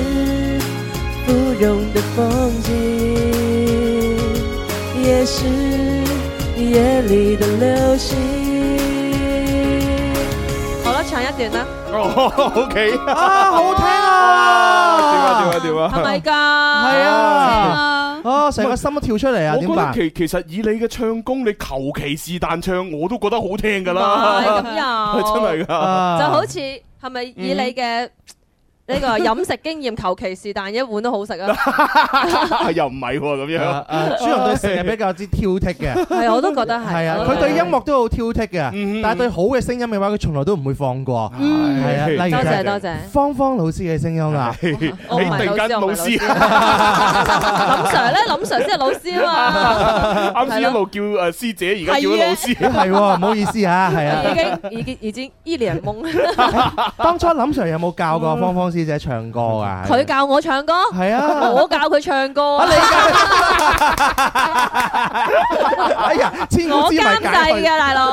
H: 芙蓉的风景，也是夜里的流星。
G: 好啦，唱一 段啦，
B: 哦，OK。
D: 啊好聽
B: 點啊
D: 啊！
B: 點啊點啊！
G: 係咪㗎？
D: 係 啊
G: 正啊！
D: 啊，成個心都跳出嚟啊，
B: 我
D: 點
B: 覺得
D: 辦？
B: 其其實以你嘅唱功，你求其是但唱，我都覺得好聽㗎啦，
G: 咁 又
B: 真係㗎。
D: 啊
G: 就好似係咪以你嘅呢個飲食經驗，求其是但一碗都好食啊？
B: 又唔係喎咁樣。
D: 啊啊朱紅對食係比較之挑剔嘅，
G: 係，我都覺得係。
D: 係啊，
G: 我
D: 佢
G: 都覺
D: 對
G: 得
D: 音樂都好挑剔
B: 嗯
D: 嘅，但係對好嘅聲音嘅話，佢從來都唔會放過。
G: 嗯
D: 係啊，例如
G: 多謝
D: 係
G: 多謝。
D: 芳芳老師嘅聲音啊 啦，
G: 我唔
B: 哎
G: 係
B: 突然間
G: 老師，我唔係老師林 Sir 咧，林 Sir 先係老師啊嘛。
B: 啱先一路叫誒師姐，而家叫咗老師。
D: 咦係喎，唔好意思嚇，係啊。
G: 已經已經已經一臉懵。
D: 當初林 Sir 有冇教過芳芳師姐唱歌啊？
G: 嗯佢教我唱歌，
D: 係啊，
G: 我教佢唱歌
D: 啊
G: 啊
D: 你。教，哎呀，千古
G: 我
D: 之謎
G: 監
D: 解
G: 製
D: 開
G: 嘅。大佬，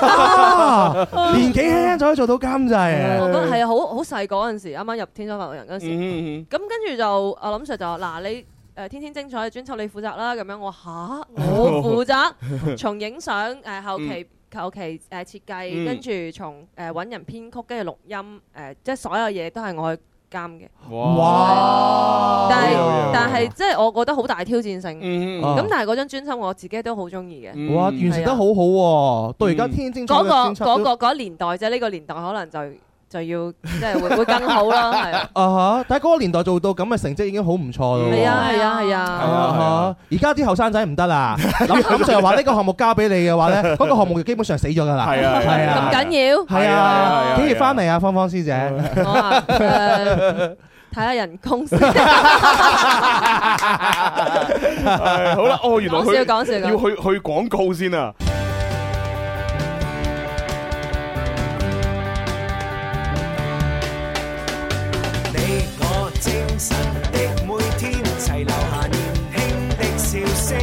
D: 啊 年紀輕輕就可以做到監
G: 我覺
D: 製，
G: 得係啊好好細嗰陣時，啱啱入天水發人
B: Ừ,
G: 嗰陣時，
B: 嗯嗯
G: 咁跟住就阿林 Sir 就話：嗱，你誒天天精彩嘅專輯你負責啦。咁樣我話吓，我負責從影相誒後期。後期誒設計，
B: 嗯
G: 跟住從誒揾人編曲，跟住錄音，誒即係所有嘢都係我去監嘅。
B: 嗯
D: 哇！
G: 但
B: 哦有
G: 係
B: 嘢
G: 但係即係我覺得好大挑戰性。
B: 嗯
D: 啊
G: 咁但係嗰張專輯我自己都好中意嘅。
B: 嗯啊
D: 哇，完成得好好喎，到而家天精彩
G: 嗰
D: 嘅
G: 個
D: 專輯
G: 嗰
D: 都
G: 個嗰年代啫，呢個年代可能就就要即係會會更好啦，係啊，
D: 啊嚇！但係嗰個年代做到咁嘅成績已經好唔錯
B: 哦
D: 咯。
G: 係啊，係
C: 係
G: 啊，
C: 啊
G: 係
D: 啊
G: 啊。
D: 哈！而家啲後生仔唔得啦，諗諗就係話呢個項目交俾你嘅 話咧，嗰個項目就基本上死咗㗎啦。
B: 係啊係啊
D: 係啊
G: 咁緊要，
D: 係
B: 係啊係啊
D: 啊，幾月翻嚟啊，芳芳師姐？
G: 我話誒啊呃睇下人工先，
B: Ừ. 係好啦，哦，原來
G: 講笑
B: 佢
G: 講笑
B: 要
G: 講。
B: 去去廣告先啊。
A: 你我精神的每天，齊留下年輕的笑聲。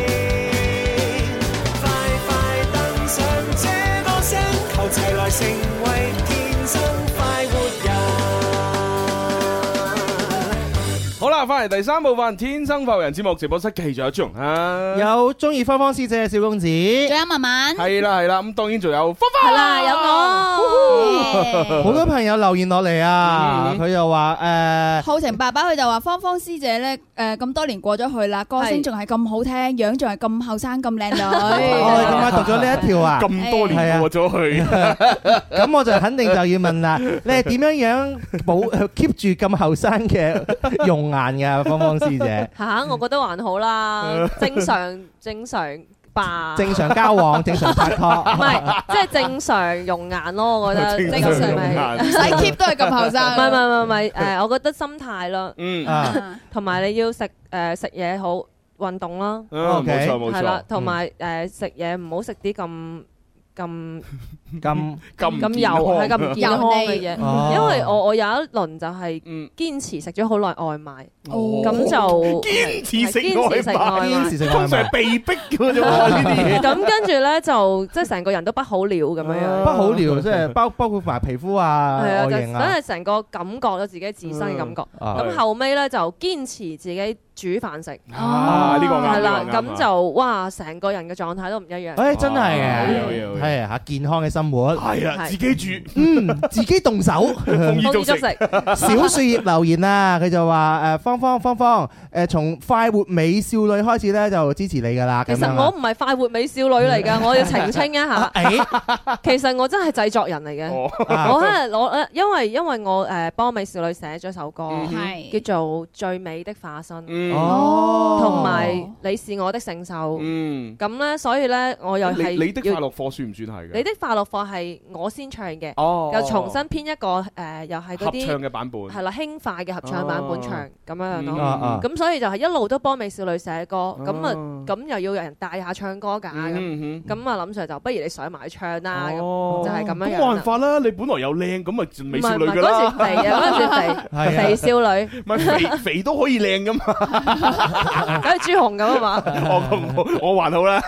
A: 快快登上這歌聲，求齊來成為天生快活人。
B: 好啦，翻嚟第三部分《天生浮人》節目直播室，繼續有朱容啊。
D: 有中意芳芳師姐嘅小公子，
C: 仲有文文，
B: 係啦係啦，咁當然仲有花
G: 係
B: 花
G: 啦，有我。
D: 好多朋友留言落嚟啊，
B: 嗯
D: 佢又話呃誒
C: 浩晴爸爸佢就話：芳芳師姐咧，誒咁多年過咗去啦，歌聲仲係咁好聽，樣仲係咁後生咁靚
D: 我哦哋咁
C: 女。
D: 快讀咗呢一條啊，
B: 咁多年過咗去，
D: 咁我就肯定就要問啦，你係點樣樣保 keep 住咁後生嘅容顏嘅芳芳師姐？
G: 嚇，我覺得還好啦，正常正常吧。
D: 正常交往， 正常拍拖
G: 唔。係，即係正常容顏咯，我覺 得
B: 正
C: 正
B: 常
C: 常
B: 容
C: 唔
G: 咪。
B: 顏。
C: 使 keep 都係 咁後
G: 唔係唔
C: 生。
G: 係唔係誒，我覺得心態啦，
B: 嗯，
D: 啊
G: 同埋你要食誒食嘢好，運動啦。
B: 啊冇
D: OK
B: 錯冇
G: 係啦
B: 錯，，
G: 同埋誒食嘢唔好食啲咁咁
D: 咁
B: 咁
G: 咁油係咁唔健康嘅嘢，
D: 哦
G: 因為我我有一輪就係
B: 嗯，
G: 堅持食咗好耐外賣，
C: 哦
G: 咁 就
B: 堅持食
G: 係堅持食
B: 外賣
G: 外
D: 堅
G: 賣
D: 持。食外
B: 通常係
D: 賣，
B: 被逼嘅啫
G: Dạ.
B: 喎啊呢啲嘢。
G: 咁跟住咧就即係成個人都不好了咁樣
B: 啊
G: 樣，
D: 不好聊，即係包包括埋皮膚啊、
G: 係啊，
D: 外
G: 就
D: 形
G: 真
D: 啊。
G: 係成個感覺咗自己自身嘅感覺。
D: 啊
G: 咁後尾咧就堅持自己煮飯食，
B: 啊，呢個啱，
G: 係啦
B: 呢，個啱
G: 咁就哇成個人嘅狀態都唔一
D: 誒
G: 樣。
D: 哎真係
B: 啊有有有
D: 嘅，係啊，健康嘅生活，
B: 係啊，
G: 係
B: 自己煮，
D: 嗯，自己動手。
B: 豐衣
G: 好
B: 足
G: 意足
B: 食。
G: 食。
D: 小樹葉留言啊，佢就話誒芳芳芳芳，誒從快活美少女開始咧就支持你噶啦。
G: 其實
D: 咁樣
G: 我
D: 啊
G: 唔係快活美少女 嚟㗎，我要澄清一
D: 啊
G: 下。
D: 誒
G: 其實我真係製作人嚟嘅，
B: 哦，
D: 啊
G: 我係攞因為因為我誒幫美少女寫咗首歌，
B: 嗯
C: 係
G: 叫做《最美的化身》，
B: 嗯
D: 哦，
G: 同埋你是我的聖獸。
B: 嗯，
G: 咁咧，所以咧我又係
B: 你你的快
G: 要
B: 樂課算唔算係嘅？
G: 你的快樂課係我先唱嘅，
B: 哦，
G: 又重新編一個誒，又係
B: 合
G: 嗰
B: 唱
G: 啲
B: 嘅版本。
G: 係啦輕快嘅合唱版本唱咁樣樣
B: 嗯
G: 咯。
D: 啊
G: 咁所以就係一路都幫美少女寫歌，咁啊
B: 哦
G: 咁又要有人帶下唱歌㗎咁。
B: 嗯嗯
G: 咁啊，林 Sir 就不如你上埋去唱啦，咁
B: 哦
G: 就係咁樣
B: 咁
G: 樣
B: 冇辦
G: 啦。
B: 法啦，你本來又靚，咁咪就美
G: 唔
B: 少
G: 係
B: 女
G: 唔係
B: 㗎
G: 嗰陣
B: 啦，
G: 時 肥啊，嗰陣時
D: 係
G: 肥
D: 啊
G: 肥少女，
B: 唔 係肥肥都可以靚 㗎嘛。
G: 梗係朱紅咁 啊嘛，
B: 我我我還 好啦，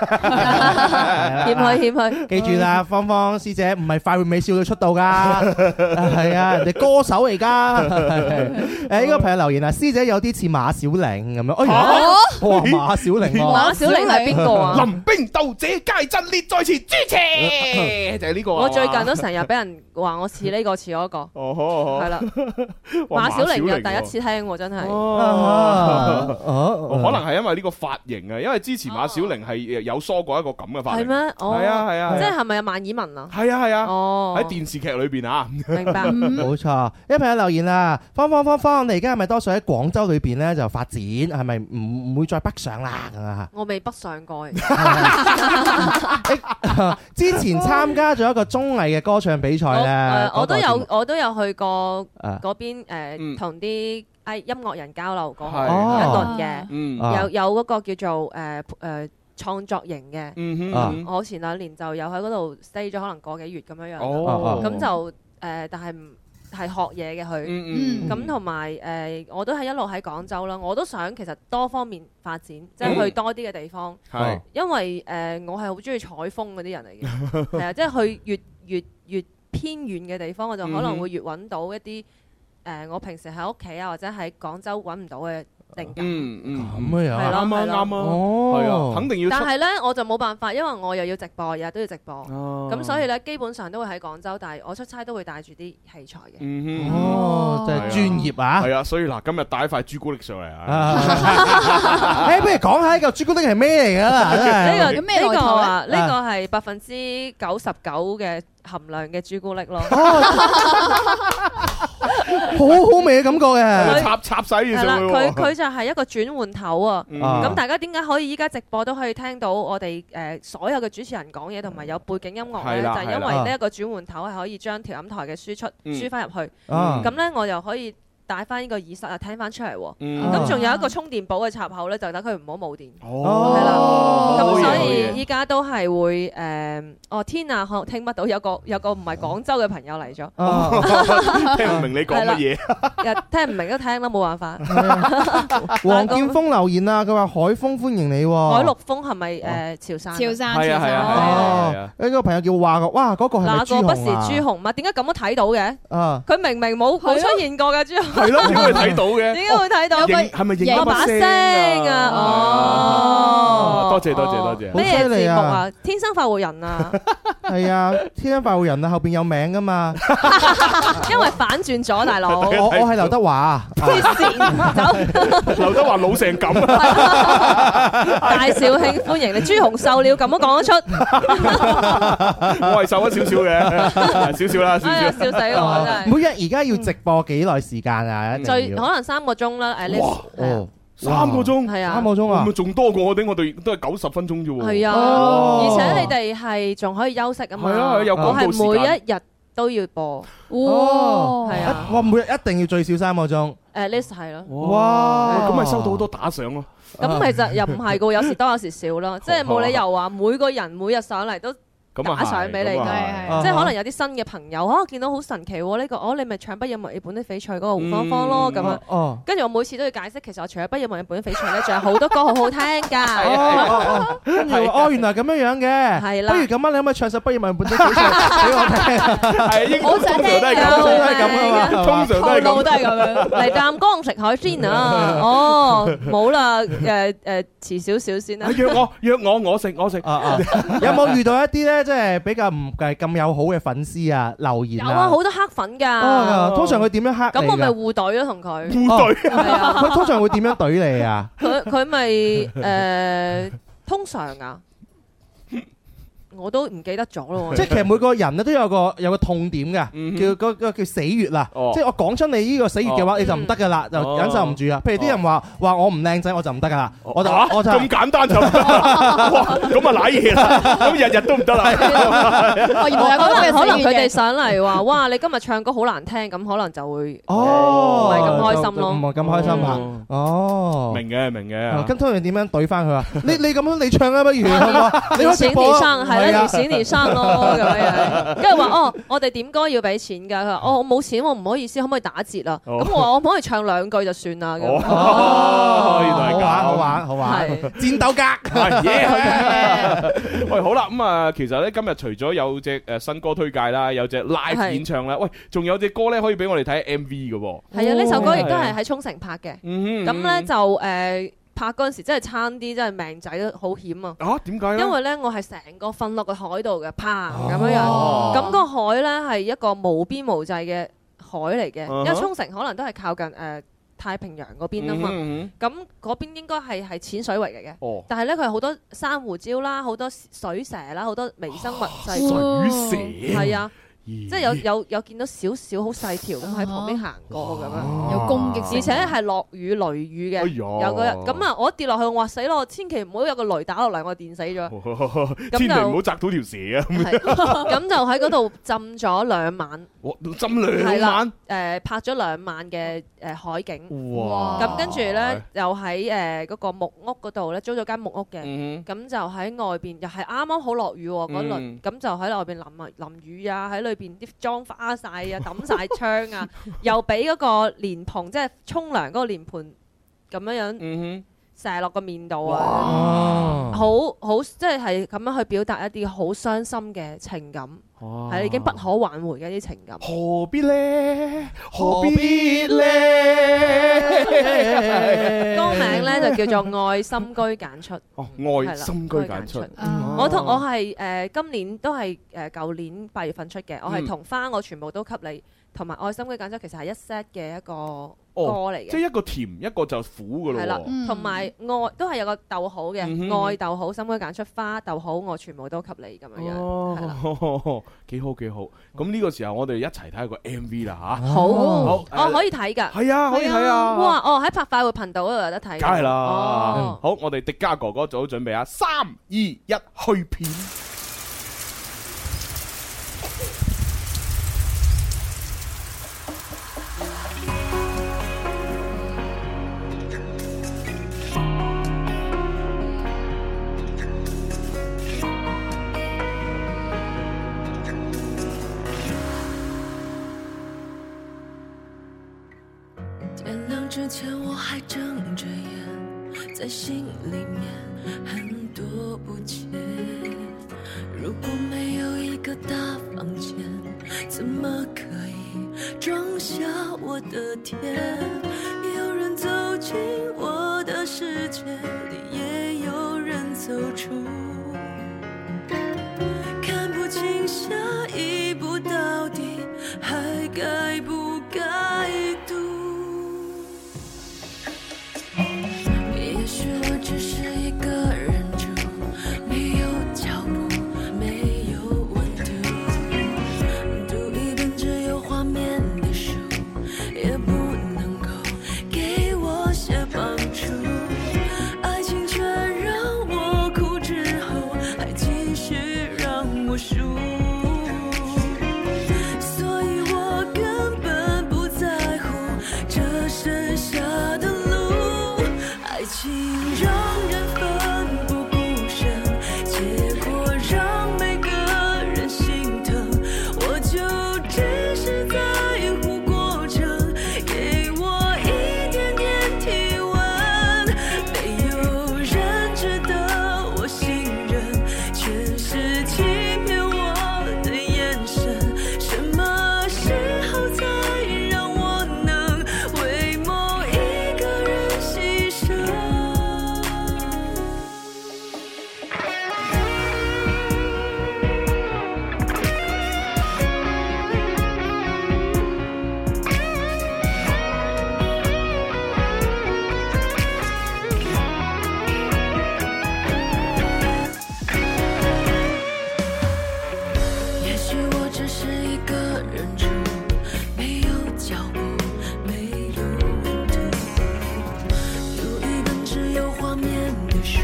D: 啊
G: 謙虛謙虛。
D: 記住啦，芳芳師姐唔係快活美少女出 道噶，係啊，人哋歌手嚟噶。 誒，呢個朋友留言啊，師姐有啲似馬小玲咁樣。哎呀，
B: 哦
G: 哦
D: 我話馬小玲 喎，
G: 馬小玲係邊個啊？
B: 臨兵鬥者皆陣列在前，朱邪就係呢個啊。
G: 我最近都成日俾人話我似呢個似嗰個，
B: 哦好好
G: 係啦。
B: 哇
G: 馬小玲又
B: 玲喎
G: 第一次聽喎，真係。
D: 啊
B: 哦。
D: 哦
B: 哦可能係因為呢個髮型啊，因為之前馬小玲係有梳過一個咁嘅髮
G: 係
B: 型，
G: 咩？哦，
B: 係啊係啊
G: 即係係咪有萬綺雯啊？
B: 係啊係啊，
G: 哦，
B: 喺電視劇裏邊啊，
G: 明白。
D: 冇錯，有朋友留言啊啦，方方方方，你而家係咪多數喺廣州裏邊咧就發展，係咪唔唔會再北上啦咁啊？
G: 我未北上過，
D: 之前參加咗一個綜藝嘅歌唱比賽咧，
G: 我我都
D: 嗰個
G: 有
D: 節
G: 我都有去過
D: 目啊
G: 嗰邊誒，
B: 嗯
G: 同啲誒音樂人交流過
B: 係
G: 一輪
C: 哦
G: 嘅，
B: 嗯
D: 啊
G: 有有嗰個叫做誒誒創作型嘅。
B: 嗯哼
D: 啊
B: 嗯哼，
G: 我前兩年就有喺嗰度 stay 咗可能個幾月咁樣樣啦，
B: 哦，
G: 咁就誒，呃但係唔係學嘢嘅佢。
B: 嗯嗯
G: 咁同埋誒，我都係一路喺廣州啦，我都想其實多方面發展，即係
B: 嗯
G: 去多啲嘅地方，
B: 係
G: 因為誒我係好中意採風嗰啲人 嚟嘅，係啊，即係去越越越偏遠嘅地方，我就
B: 嗯
G: 可能會越揾到一啲誒我平時喺屋企啊或者喺廣州揾唔到嘅靈感。
B: 嗯嗯，
D: 咁樣
G: 係
D: 啊，
G: 咯
B: 啱啊
G: 係咯
B: 啱啊，係
D: 哦
B: 啊，，肯定要
G: 但
B: 出
G: 係呢，我就冇辦法，因為我又要直播，日日都要直播。
B: 哦
G: 咁所以咧，基本上都會喺廣州，但係我出差都會帶住啲器材嘅。
B: 嗯哼。
D: 哦，就係專業啊。
B: 係啊，所以嗱，今日帶一塊朱古力上嚟啊！
D: 啊！ 誒，不如講下呢嚿朱古力係咩嚟 㗎啦？真係
G: 呢個
C: 咁咩來
G: 呢個
C: 頭
G: 啊，
D: 咧
G: 呢個係百分之九十九嘅含量嘅朱古力咯。
D: 哦 好好味嘅感覺嘅。
B: 啊插插晒嘢
G: 係
B: 上
G: 啦，
B: 去
G: 佢
B: 喎。
G: 佢就係一個轉換頭啊。
B: 嗯
D: 啊
G: 咁大家點解可以依家直播都可以聽到我哋誒所有嘅主持人講嘢，同埋有背景音樂
B: 係
G: 咧？就
B: 啦
G: 係
B: 係
G: 因
B: 啦
G: 為呢一個轉換頭係可以將調音台嘅輸出
B: 嗯
G: 輸翻入去。
D: 啊
G: 咁咧，我又可以帶翻呢個耳塞啊，聽翻出嚟喎。
B: 嗯
D: 啊
G: 咁仲有一個充電寶嘅插口咧，就等佢唔好冇電。
B: 哦，
G: 係啦
B: 好
G: 咁
B: 嘢
G: 所
B: 好嘢
G: 以依家都係會誒，哦天啊，可聽不到有個有個唔係廣州嘅朋友嚟咗，
D: 啊
B: 聽唔明你講乜嘢？
G: 又聽唔明都聽啦，冇辦法。
D: 黃劍鋒留言啊，佢話海風歡迎你喎。
G: 海陸豐係咪誒潮汕啊？
C: 潮汕
B: 係啊係啊
C: 潮
B: 係
C: 汕
B: 啊。
D: 哦，呢個朋友叫話個，哇，嗰個係咪
G: 哪
D: 朱
G: 個不是
D: 紅啊
G: 朱紅嘛？點解咁都睇到嘅？
D: 啊，
G: 佢明明冇冇
C: 係咯
G: 出現過嘅朱紅，
B: 係 咯，點會睇到嘅？
G: 點解會睇到？
B: 認係咪認
C: 有
B: 得
G: 我把
B: 聲
G: 聲
B: à?
G: 啊！哦，
B: 多謝多謝
G: 哦
B: 多謝
G: 咩
D: 好犀利
G: 節
D: 啊
G: 目啊？天生快活人啊！
D: 係啊，天生快活人啊，後邊有名 噶嘛。
G: 因為反轉咗，大佬。
D: 我我係劉德華啊，
G: 黐線，走！
B: 劉德華老成咁啊！
G: 大肇慶歡迎你，朱紅瘦了咁都講得出，
B: 我係瘦咗少少嘅，少少啦，少
G: 哎呀
B: 少。
G: 笑死我真係。
D: 啊每日而家要直播幾耐時間啊？一定
G: 最
D: 要
G: 可能三個鐘啦，誒
D: 哦
G: 呢，
B: 三個鐘，
G: 係啊
D: 三個，鐘啊
B: 咁咪，仲多過我哋，我哋都係九十分鐘啫喎。
G: 係啊，
D: 哦
G: 而且你哋係仲可以休息啊嘛，
B: 係啊係啊有
G: 我
B: 廣告時間
G: 係每一日都要播，
D: 哦
G: 係啊，
D: 哇，每日一定要最少三個鐘，
G: 誒 list 係咯，
B: Ờ.
D: 哇
B: 咁咪收到好多打賞咯。
G: 咁其實又唔係噶，有時多有時少 咯，即係冇理由話每個人每日上嚟都，即
B: 咁啊係，
G: 打賞俾你
B: 咁啊
C: 係
B: 係
C: 係
G: 係可能有啲新嘅朋友，啊見到好神奇喎呢個，哦你咪唱不厭日本的翡翠嗰個胡芳
B: 嗯
G: 芳咯咁啊樣
D: 哦。哦。
G: 跟住我每次都要解釋，其實我除咗不厭日本翡翠咧，仲有好多歌好好 聽
D: 哦
G: 㗎。
D: 哦哦，跟住話哦，原來咁樣樣嘅，
G: 係啦
D: 不如咁啊，你可唔可以唱首《不如問本的翡翠》俾我 聽？
B: 係應該
C: 好想
B: 通
C: 聽
B: 常都係咁，
G: 有
D: 都係咁啊嘛，係嘛
B: 通常都係
C: 套路
B: 咁。
C: 都係咁樣。
G: 嚟湛江食海鮮啊！哦，冇啦，誒誒，遲少少先
D: 哎
G: 啦
B: 啊。約我約我，我食我食。
D: 啊啊！有冇遇到一啲咧，即係比較唔係咁友好嘅粉絲啊留言
G: 有
D: 啊？
G: 啊，好多黑粉㗎。
D: 啊！通常佢點樣黑你
G: 咁我咪
D: 㗎
G: 互隊咯，同佢。
B: 互
D: 哦
B: 對
G: 係啊，
D: 佢通常會點樣懟 你啊？
G: 佢佢咪誒通常啊，我都唔記得咗咯。
D: 即係其實每個人咧都有個有個痛點
B: 嗯哼
D: 嘅，叫嗰個叫死穴啦。
B: 哦
D: 即係我講出你呢個死穴嘅話，你就唔得噶啦，就
B: 哦
D: 忍受唔住啊。譬如啲人話話我唔靚仔，我就唔得噶啦，我就
B: 啊
D: 我就
B: 咁簡單就哇咁啊，瀨嘢啦，咁日日都唔得啦。
C: 我原來有
G: 可
C: 個
G: 能可能佢哋
C: 嘅
G: 上嚟話：哇，你今日唱歌好難聽，咁可能就會
D: 哦，
G: 唔係咁開心
D: 就
G: 咯
D: 唔係咁開心啊。
B: 哦
D: 哦，
B: 明嘅明
D: 啊。
B: 嘅。
D: 咁通常點樣懟翻佢啊？你你咁樣你唱啊，不 如好唔好啊？你
G: 你
D: 開直
G: 閃
D: 播
G: 你
D: 啊
G: 生係
D: 係
G: 啦，
D: 啊
G: 你閃你生咯咁樣樣，跟住話哦，我哋點歌要俾錢㗎？佢話哦，我冇錢，我唔好意思，可唔可以打折啊？
B: 哦
G: 咁我話我可唔可以唱兩句就算啦？咁
B: 哦，原來係
D: 好玩好
B: 咁。
D: 玩好玩，
G: 係
D: 戰 鬥格。
B: 係耶！ 喂，好啦，咁啊，其實咧今日除咗有隻誒新歌推介啦，有隻 live
G: 係
B: 演唱啦，喂，仲有隻歌咧可以俾我哋睇 M V 嘅喎。
G: 係啊，呢首歌亦都
B: 係
G: 係喺沖繩拍嘅，
B: 嗯
G: 咁咧就誒拍嗰陣時真係差啲，真係命仔都好險啊！
B: 啊，點解咧？
G: 因為咧，我係成個瞓落個海度嘅，砰咁樣樣。
B: 哦
G: 咁個海咧係一個無邊無際嘅海嚟嘅，
B: 嗯哼
G: 因為沖繩可能都係靠近誒、呃太平洋嗰邊啊嘛。
B: 嗯哼，嗯哼
G: 咁嗰邊應該係係淺水域嚟嘅，
B: 哦，
G: 但係咧佢係好多珊瑚礁啦，好多水蛇啦，好多微生物就係嗰
B: 哦水蛇
G: 係啊，
B: 即
G: 即係有有有見到少少好細條咁
B: 啊
G: 喺旁邊行過咁樣，
B: 哦
C: 有攻擊
G: 而且係落雨雷雨
B: 哎
G: 嘅。有個人咁啊！我一跌落去，我話死咯，千祈唔好有個雷打落嚟，我電 死咗。
B: 啊， 千祈唔好砸到條蛇啊！
G: 係 咁就喺嗰度浸咗兩晚，
B: 我針兩晚，
G: 誒拍咗兩晚嘅誒海景。
B: 哇！
G: 咁跟住咧，又喺誒嗰個木屋嗰度咧，租咗間木屋嘅。
B: 嗯
G: 咁就喺外邊，又係啱啱好落雨喎嗰
B: 嗯
G: 輪，咁就喺外邊淋啊淋雨啊，喺裏邊啲妝花 晒啊，抌晒窗啊，又俾嗰個蓮蓬即係沖涼嗰個蓮盆咁樣樣
B: 嗯
G: 射落個面度啊，好好即係係咁樣去表達一啲好傷心嘅情感，
B: 哼，
G: 係已經不可挽回嘅一啲情 感。
B: 何必咧？何必咧？
G: 歌名咧就叫做《愛心居揀出》，
B: 哦，
G: 係
B: 愛
G: 啦
B: 心居揀出
G: 居。我
B: 哦
G: 同我係誒、呃今年都係誒舊年八月份出嘅，我係
B: 嗯
G: 同花我全部都給你，同埋愛心居揀出其實係一 set 嘅一個歌嚟
B: 哦即
G: 嘅，
B: 係一個甜，一個就苦噶
G: 係啦
B: 咯喎。
C: 嗯
G: 同埋愛都係有個逗號嘅，
B: 嗯哼
G: 愛逗號心居揀出花逗號我全部都給你咁樣樣，係啦、
B: 哦， 幾好幾好。咁呢個時候我哋一齊睇下個 M V 啦
G: 好，
B: 哦好誒
G: 我、可以睇㗎，
B: 吓。係啊，可以睇啊。
G: 嗯哇！哦，喺拍快活頻道嗰度有得睇㗎，
B: 梗係啦嗯
G: 哦。
B: 好，我哋迪迦哥哥做好準備啊！三二一，去片。
H: 天亮之前我还睁着眼，在心里面很多不解。如果没有一个大房间，怎么可以装下我的天？有人走进我的世界里，也有人走出。看不清下一步到底还该不该读。也许我只是一个人住，没有脚步，没有温度。读一本只有画面的书，也不能够给我些帮助。爱情却让我哭，之后还继续让我输。所以我根本不在乎这剩下的路。爱情让人奋不顾身，结果让每个人心疼。我就只是在乎过程，给我一点点体温。没有人值得我信任，全是欺骗我的眼神。什么时候才让我能为某一个人牺牲？也许我只是一个人住，没有脚步，没有温度。读一本只有画面的书，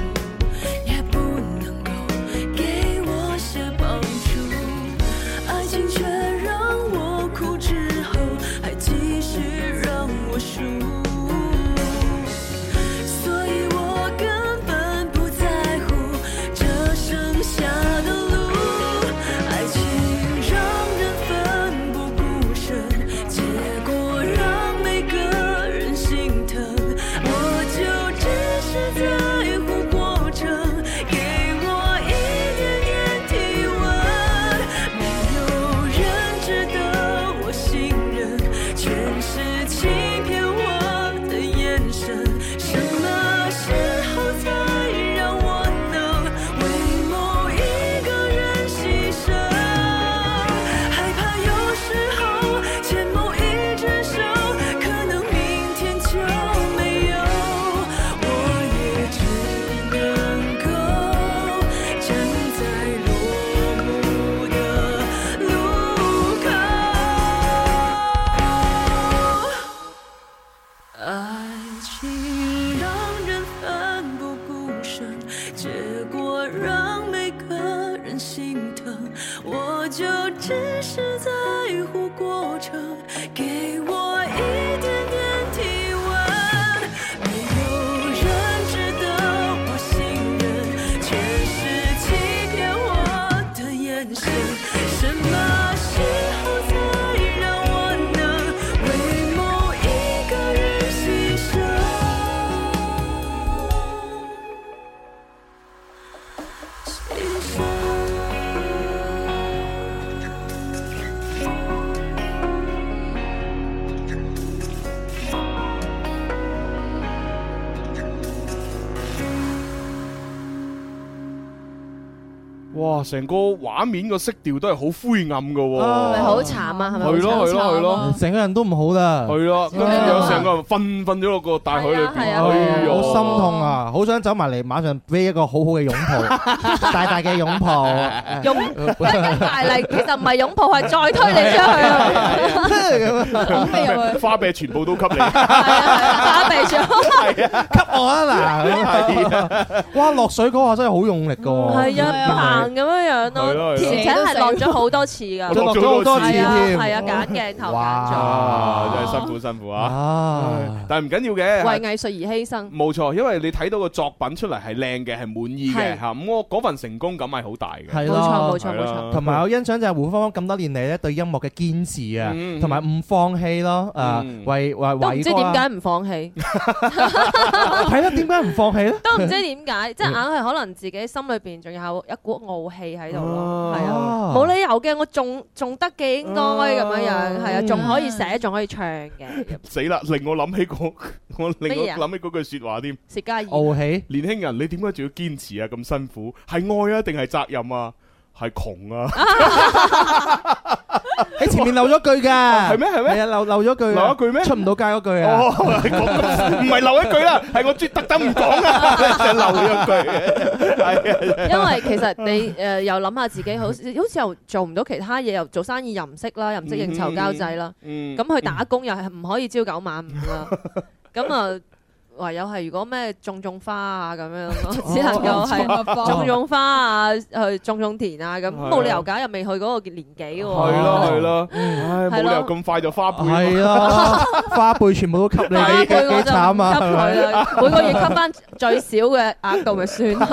H: 也不能够给我些帮助。爱情却让我哭，之后还继续让我输。所以我根本不在乎这剩下的路。爱情让人奋不顾身，结果让每个人心疼。我就只是在乎过程，给我一点点体温。没有人值得我信任，全是欺骗我的眼神。什么时
B: 哇！成個畫面個色調都係好灰暗噶喎，
D: 啊
G: 咪好慘啊，係咪好慘？
B: 係咯係咯係咯，
D: 成個人都唔好啦，
B: 係咯，跟住有成個人瞓瞓咗落個大海裏邊，
G: 係啊係啊
D: 哎
B: 哎
D: 呀
B: 呦
D: 好心痛！啊！好想走埋嚟，馬上俾一個好好嘅擁 抱，大大嘅擁抱。
G: 擁大力其實唔係擁抱，係再推你出去啊！ 啊
C: 咁你又
B: 花唄全部都 給你，
G: 打鼻咗，
D: 吸我啊嗱！哇，落水嗰下真係好用力噶，
G: 係啊，行咁樣樣
B: 係咯係咯
G: 咯，而且係落咗好多次㗎，
D: 啊仲落咗好多次
G: 係啊
D: 添，
G: 係啊，揀鏡頭揀
B: 啊，真係辛苦辛苦
D: 啊
B: 啊！但係唔緊要
G: 咗，為
B: 嘅。
G: 藝術而犧
D: 嗯
G: 牲。
B: 冇錯，因為你睇到個作品出嚟係靚嘅，係滿意嘅
G: 係
B: 嚇，咁我嗰份成功感係好大嘅。
D: 係
G: 冇錯
D: 咯
G: 冇。錯冇錯，
D: 同埋我欣賞就係胡芳芳咁多年嚟咧對音樂嘅堅持啊
B: 嗯，
D: 同埋唔放棄咯，
B: 嗯
D: 誒為為
G: 都唔
D: 為啊
G: 知點解唔放棄。
D: 係啦，點解唔放棄咧？
G: 都唔知點解，
D: 嗯
G: 即係硬係可能自己心裏邊仲有一股傲氣喺度咯， 係
D: 啊
G: 啊，冇理由嘅，我仲仲得嘅應該咁樣樣，
D: 嗯
G: 係啊，仲可以寫，仲可以唱 嘅，
B: 死啦！令我諗起嗰 我令我
G: 乜嘢啊
B: 諗起嗰句説話添。
G: 薛家 燕
D: 傲氣
B: 年輕人，你點解仲要堅持啊？咁辛苦，係愛啊，定係責任啊？係窮啊！
D: 喺前面漏咗句㗎，係
B: 係咩係咩
D: 係啊，漏漏咗句啊，
B: 漏一句咩
D: 出唔到街嗰句啊
B: 哦，。 係講唔係漏一句啦，係我專特登唔講啊，就漏咗句。係啊，
G: 因為其實你誒又諗下自己好似好似又做唔到其他嘢，又做生意又唔識啦，又唔識應酬交際啦，
B: 嗯
G: 咁去打工又係唔可以朝九晚五啦，咁啊唯有係如果咩種種花啊咁樣咯，只能夠係。
C: 哦
G: 種種花啊，去種種田啊，咁
B: 係啊
G: 冇理由㗎，又未去嗰個年紀喎。
B: 係咯
G: Ờ.
B: 係咯，唉，冇
G: 係咯
B: 理由咁快就花唄。
D: 係啊，花唄全部都給你，
G: 花
D: 幾
G: 杯我
D: 幾
G: 就
D: 慘啊，係咪？
G: 啦，每個月吸翻最少嘅額度咪 算咯。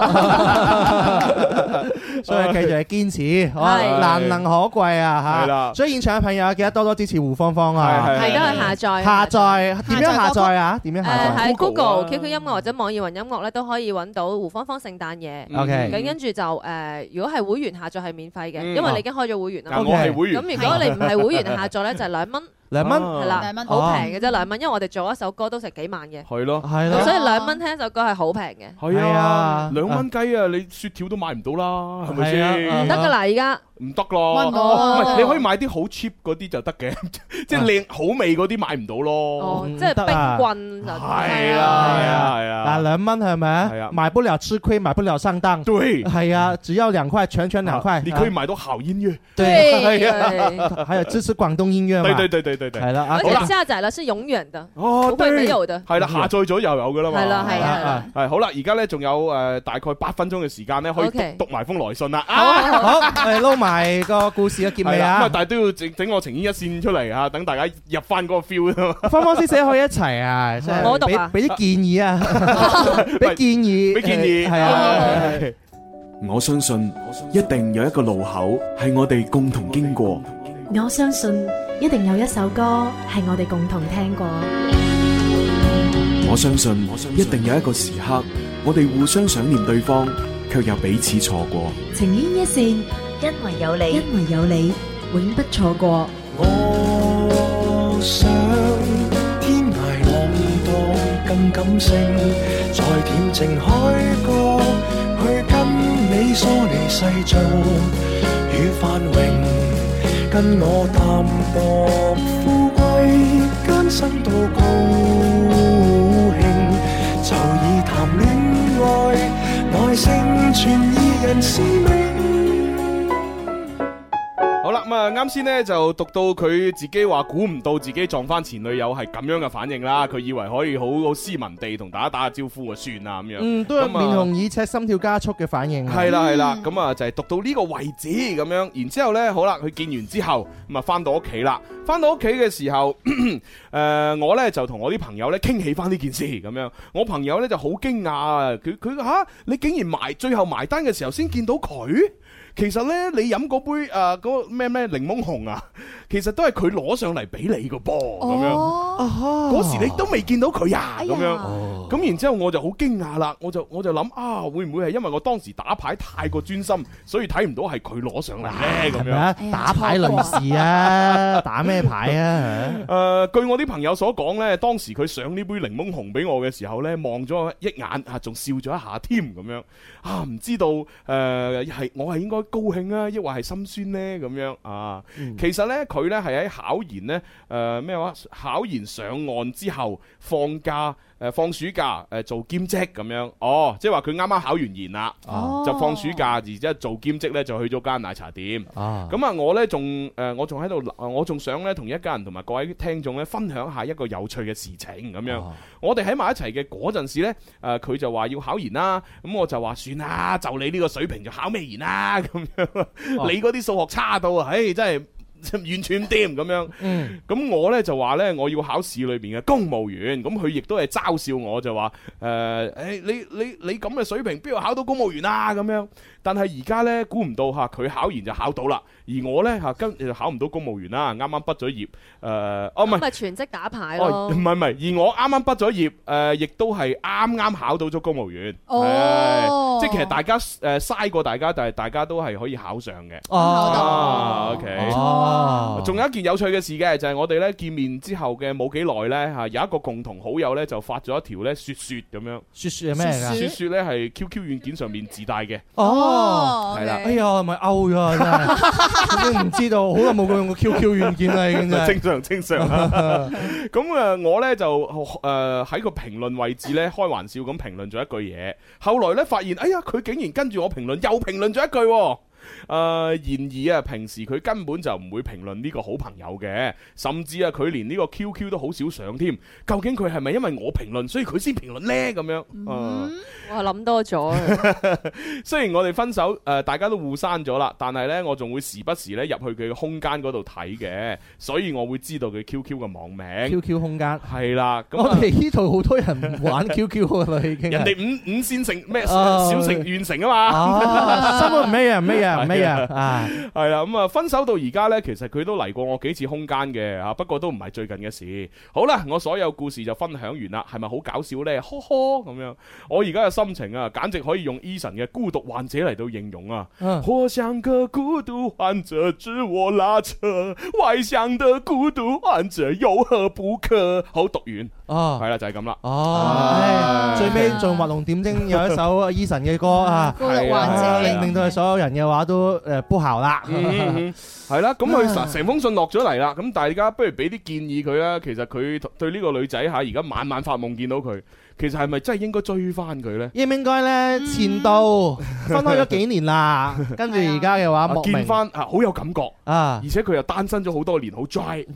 D: 所以繼續係堅持，好啊
G: 係
D: 難能可貴
B: 係
D: 啊
B: 啦
D: 嚇！所以現場嘅朋友記得多多支持胡芳芳
B: 係
D: 啊！
G: 係都係下載。
D: 下。載點樣下載啊？點樣
G: 誒
D: 下載
G: 喺
B: Google 啊
G: Google、QQ 音樂或者網易雲音樂咧都可以揾到胡芳芳聖誕夜。
B: 嗯
D: ？OK，
G: 咁跟住就誒，如果係會員下載係免費嘅，
B: 嗯啊
G: 因為你已經開咗會員啦
B: 嗱，
G: 嘛。
B: 我係會
G: 咁
B: 員。
G: 如果你唔係會員下載咧，就係兩蚊，
D: 兩蚊
B: 啊
G: 係啦
C: 兩蚊，
G: 好平嘅啫，兩蚊。因為我哋做一首歌都成幾萬嘅，
B: 係咯，
D: 係
G: 咁
D: 咯
G: 所。以兩蚊聽一首歌係好平嘅。
B: 係
D: 係
B: 啊
D: 啊，
B: 兩蚊雞啊，你雪條都買唔到啦，係咪
D: 係啊
B: 先
G: 唔？得㗎啦，而家
B: 唔得咯，
C: 搵唔到啊
B: 唔係你可以買啲好 cheap 嗰啲就得 嘅，即係靚好味嗰啲買唔到咯。
G: 哦，
D: 唔
G: 即係
D: 得啊
G: 冰棍就
B: 嗯係
G: 係
B: 啊，係
D: 係
G: 啊
B: 啊，係
D: 啊嗱，
B: 啊。
D: 兩蚊係咪
B: 係啊
D: 啊？買不了吃虧，買不了上當。
B: 對，
D: 係啊，只要兩塊，全全兩塊。
B: 你
D: 啊
B: 可以買到好音樂。
D: 對，
G: 對，
D: 還有支持廣東音樂
B: 對對
D: 嘛？
B: 對對對對。
D: 係啦，啊
G: 而
B: 啊好啦
G: 且下載了是永遠的，
B: 哦，
G: 不會沒
B: 對，
G: 有的。
B: 係啦，下載咗又有噶啦嘛。
G: 係啦，係
D: 啊
G: 啦，係啦
D: 啊。
B: 係好啦，而家咧仲有誒大概八分鐘嘅時間咧，可以
G: OK
B: 讀讀埋封來信啦。
G: 好
B: 啊，
G: 好好，
D: 好，我哋撈埋個故事嘅結
B: 係
D: 尾
B: 啦，咁啊
D: 啊！
B: 但係都要整整我情牽一線出嚟嚇，等大家入翻嗰個 feel 啊 嘛。
D: 芳芳師姐可以一齊啊！真係
G: 我讀啊
D: 俾俾啲建 議啊，俾建議，
B: 俾建議
D: 係啊。
A: 我相信一定有一個路口係我哋共同經過，
I: 我相信一定有一首歌係我哋共同聽過，
A: 我相信一定有一個時刻，我哋互相想念對方，卻又彼此錯過。
I: 情牽一線，
E: 因为有你。
I: 因為有你，永不錯過。
F: 我想天涯浪蕩更感性，在恬靜海角去跟你梳理世俗與繁榮，跟我淡薄富貴艱辛到高興，就以談戀愛來成全二人使命。
B: 好啦，咁啊，啱先呢就讀到佢自己話估唔到自己撞翻前女友係咁樣嘅反應啦，佢以為可以好好斯文地同大家打下招呼啊，算啦咁樣。
D: 嗯，都有
B: 咁啊
D: 面紅耳赤、心跳加速嘅反應。
B: 係啦係
C: 嗯
B: 啦，咁啊就係讀到呢個位置咁樣，然之後呢，好啦，佢見完之後，咁啊翻到屋企啦，翻到屋企嘅時候， 誒、我呢就同我啲朋友呢傾起翻呢件事咁樣，我朋友呢就好驚訝啊，佢佢吓你竟呃然埋最後埋單嘅時候先見到佢。其實呢，你飲嗰杯誒嗰個咩咩檸檸檬紅啊，其實都係佢攞上嚟俾你個噃咁樣。
C: 哦，
B: 嗰時你都未見到佢啊
C: 哎
B: 咁樣。
C: 呀，
B: 咁然之後我就好驚訝啦，我就我就諗啊，會唔會係因為我當時打牌太過專心，所以睇唔到係佢攞上嚟呢？咁
D: 係咪
B: 樣？
D: 啊？
C: 哎呀
D: 打牌類似啊，打咩牌啊？
B: 誒、據我啲朋友所講呢，當時佢上呢杯檸檬紅俾我嘅時候呢，望咗一眼啊，仲笑咗一下添咁樣啊，唔知道誒係、我係應該高興啊，抑或係心酸呢？咁樣啊？其實呢，佢呢係喺考研呢，誒咩話？考研上岸之後放假誒、放暑假誒、做兼職咁樣哦，即係話佢啱啱考完研啦，
D: 哦
B: 就放暑假，而之後做兼職呢，就去咗間奶茶店。
D: 啊，
B: 咁啊，我呢仲誒，我仲喺度諗，呃我仲想呢同一家人同埋各位聽眾呢分享下一個有趣嘅事情咁樣。
D: 哦
B: 我哋喺埋一齊嘅嗰陣時呢，誒、佢就話要考研啦，咁我就話算啦，就你呢個水平就考咩研啦咁樣。你嗰啲數學差到，啊唉，真係 完全唔掂咁樣。
D: 嗯，
B: 咁我呢就話呢，我要考試裏邊嘅公務員，咁佢亦都係嘲笑我就話，誒、誒你你你咁嘅水平，邊度考到公務員啊？咁樣，但係而家呢，估唔到嚇，佢考完就考到啦，而我呢，嚇跟就考唔到公務員啦，啱啱畢咗業，誒、哦唔
G: 咁
B: 係。
G: 咪全職打牌
B: 哦，
G: 咯
B: 唔。係唔係，而我啱啱畢咗業，誒、亦都係啱啱考到咗公務員，
C: 哦
B: 係即係其實大家誒嘥、過大家，但係大家都係可以考上嘅。啊
D: 哦
B: ，OK，
D: 哦，
B: 仲有一件有趣嘅事嘅，就係我哋咧見面之後嘅冇幾耐咧嚇，有一個共同好友咧就發咗一條咧雪雪咁樣，
D: 雪雪係咩嚟㗎？
B: 雪雪咧係 QQ 軟件上面自帶嘅，
D: 哦。
C: 哦，
B: 係啦
C: OK
D: 哎呀，咪勾咗真係，我都唔知道，好耐冇用過 QQ 軟件啦，已經真係
B: 正常正常。咁啊，我咧就誒喺個評論位置咧開玩笑咁評論咗一句嘢，後來咧發現，哎呀，佢竟然跟住我評論，又評論咗一句喎。誒、然而啊，平時佢根本就唔會評論呢個好朋友嘅，甚至啊，佢連呢個 QQ 都好少上添。究竟佢係咪因為我評論，所以佢先評論呢？咁樣，呃
G: 我諗多咗，
B: 雖然我哋分手，誒、呃大家都互刪咗啦，但係呢，我仲會時不時咧入去佢嘅空間嗰度睇嘅，所以我會知道佢 QQ 嘅網名。
D: QQ 空間。
B: 係啦，咁
D: 我
B: 啊
D: 哋呢度好多人玩 QQ 㗎啦，已經係。
B: 人哋五五線城咩
D: 哦
B: 小城縣城啊嘛，
D: 啊，生活唔一樣，唔一樣，唔一樣啊！
B: 係啦，咁啊分手到而家呢，其實佢都嚟過我幾次空間嘅啊，不過都唔係最近嘅事。好啦，我所有故事就分享完啦，係咪好搞笑呢？呵呵咁樣，我而家嘅心情啊，簡直可以用 Eason 嘅孤獨患者嚟到形容啊。
D: 嗯
B: 我像個孤獨患者，自我拉扯，外向的孤獨患者有何不可？好，讀完係
D: 哦，
B: 啦，就係咁啦。
D: 哦
B: 唉，
D: 最尾仲畫龍點睛有一首 Eason 嘅歌啊，
C: 孤獨
B: 或
C: 患
B: 者
D: 啊
C: 者，
D: 令令到所有人嘅話都誒不效
B: 嗯
D: 啦。
B: 系啦，咁佢成成封信落咗嚟啦，咁大家不如俾啲建議佢啦。其實佢對呢個女仔吓，而家晚晚發夢見到佢，其實係咪真係應該追翻佢呢？
D: 應唔應該咧前度分開咗幾年啦，跟住而家嘅話
B: 啊
D: 莫
B: 見
D: 名
B: 翻啊，好有感覺，
D: 啊
B: 而，且佢又單身咗好多年，好 dry，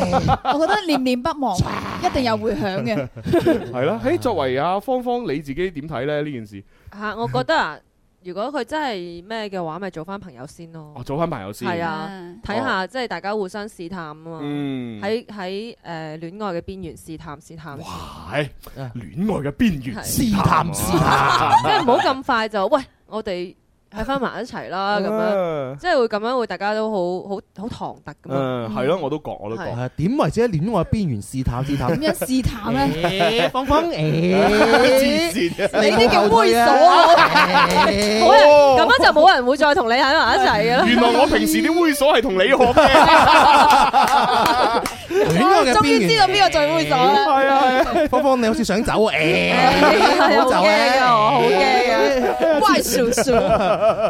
C: 我覺得念念不忘，一定有回響嘅。
D: 嗯
B: 係啦。嘿，作為阿芳芳你自己點睇呢？呢件事？
G: 吓，我覺得啊，如果佢真係咩嘅話，咪做翻朋友先咯
B: 我。做翻朋友先。
G: 係 啊，
C: 啊
G: 睇下即係大家互相試探啊嘛。
B: 嗯，
G: 喺喺誒戀愛嘅邊緣試探試探，即
B: 哇，係
D: 啊
B: 戀愛嘅邊緣
G: 係
D: 試探試 探，
G: 係唔好咁快就喂我哋喺翻埋一齊 啦啊咁樣，
B: 樣。
G: 即係會咁樣會大家都好好好唐突咁啊嗯嘛。
B: 誒，啊係咯，我都覺，我都 覺。
D: 誒點為之喺戀愛邊緣試探試探
C: 點？樣試探
D: 哎
C: 咧？
D: 誒，芳芳，誒，
B: 黐線嘅
D: 你
C: 呢啲叫猥瑣
D: 啊！
G: 冇人咁樣就冇人會再同你喺埋一齊嘅啦。
B: 原來我平時啲猥瑣係同你學嘅。
D: 戀愛嘅
C: 終
D: 邊
C: 於
D: 緣
C: 知道邊個最猥瑣啦！
B: 係啊，係啊。
D: 芳芳，你好似想走啊？誒，
G: 係啊，好驚嘅，我好驚嘅。
C: 乖少少，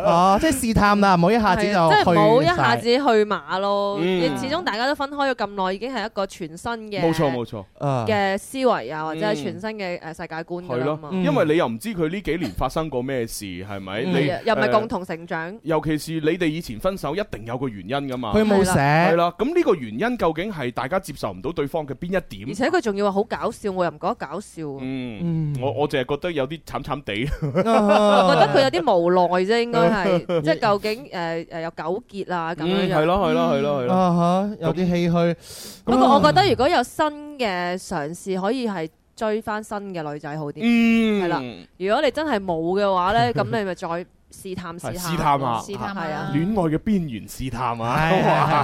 D: 哦，即係試探啦，唔 好一下子就
G: 係啊即係唔好一下子
D: 去
G: 去馬咯。
B: 嗯
G: 你始終大家都分開咗咁耐，已經係一個全新嘅
B: 冇錯冇錯，
D: 晒啊
G: 嘅思維啊，或者係全
B: 嗯
G: 新嘅誒世界觀㗎
B: 係
G: 啦啊
B: 咯
G: 嘛，。
D: 嗯
B: 因為你又唔知佢呢幾年發生過咩事，係咪？
D: 嗯
B: 你
G: 係啊又唔係共
B: 同，
G: 同成長。
B: 尤其是你哋以前分手，一定有個原因噶嘛。
D: 佢冇
B: 係
D: 寫，
B: 啦，咁呢個原因究竟係大家接受唔到對方嘅邊一
G: 而
B: 點？
G: 且佢仲要話好搞笑，我又唔覺得搞笑，
B: 嗯，
D: 嗯
B: 我我淨係覺得有啲慘慘地。
G: 我覺得
D: 佢
G: 佢有啲無奈啫，應該 係即係究竟誒誒有糾結啊咁樣
B: 嗯係
G: 哦樣。
B: 咯係咯係咯係咯。
D: 啊嚇有啲唏噓。
B: 啊
G: 不過我覺得如果有新嘅嘗試，可以係追翻新嘅女仔好啲。
B: 嗯，
G: 係啦如果你真係冇嘅話咧，咁你咪再試探
B: 係
G: 試
B: 試探下
C: 試探
G: 係
C: 下
G: 啊
B: 戀愛嘅邊緣試 探
D: 係
B: 啊！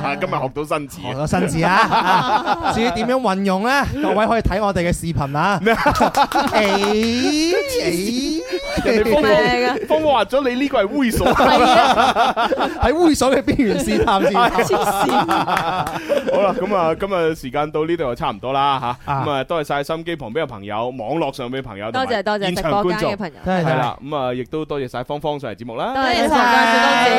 D: 係
B: 哇，今日學到新詞
D: 學。咗新 字啊！至於點樣運用咧，各位可以睇我哋嘅視 頻啊。誒
B: 人哋
D: 誒
B: 幫
G: 咩嘅？
B: 方我話咗你呢個係猥瑣。
G: 啊
D: 喺猥瑣嘅邊緣試探先。
B: 好啦，咁啊，今日時間到呢度就差唔多啦吓。
D: 啊
B: 咁啊，多謝晒心機旁邊嘅朋友，網絡上邊嘅朋友，
G: 多謝多謝
B: 現
G: 直
B: 場
G: 播
B: 觀
G: 間嘅
B: 眾。
G: 朋友，
B: 係
D: 真係
B: 啦，咁啊，亦都多謝晒芳芳上嚟節目啦。
G: 多謝多謝多謝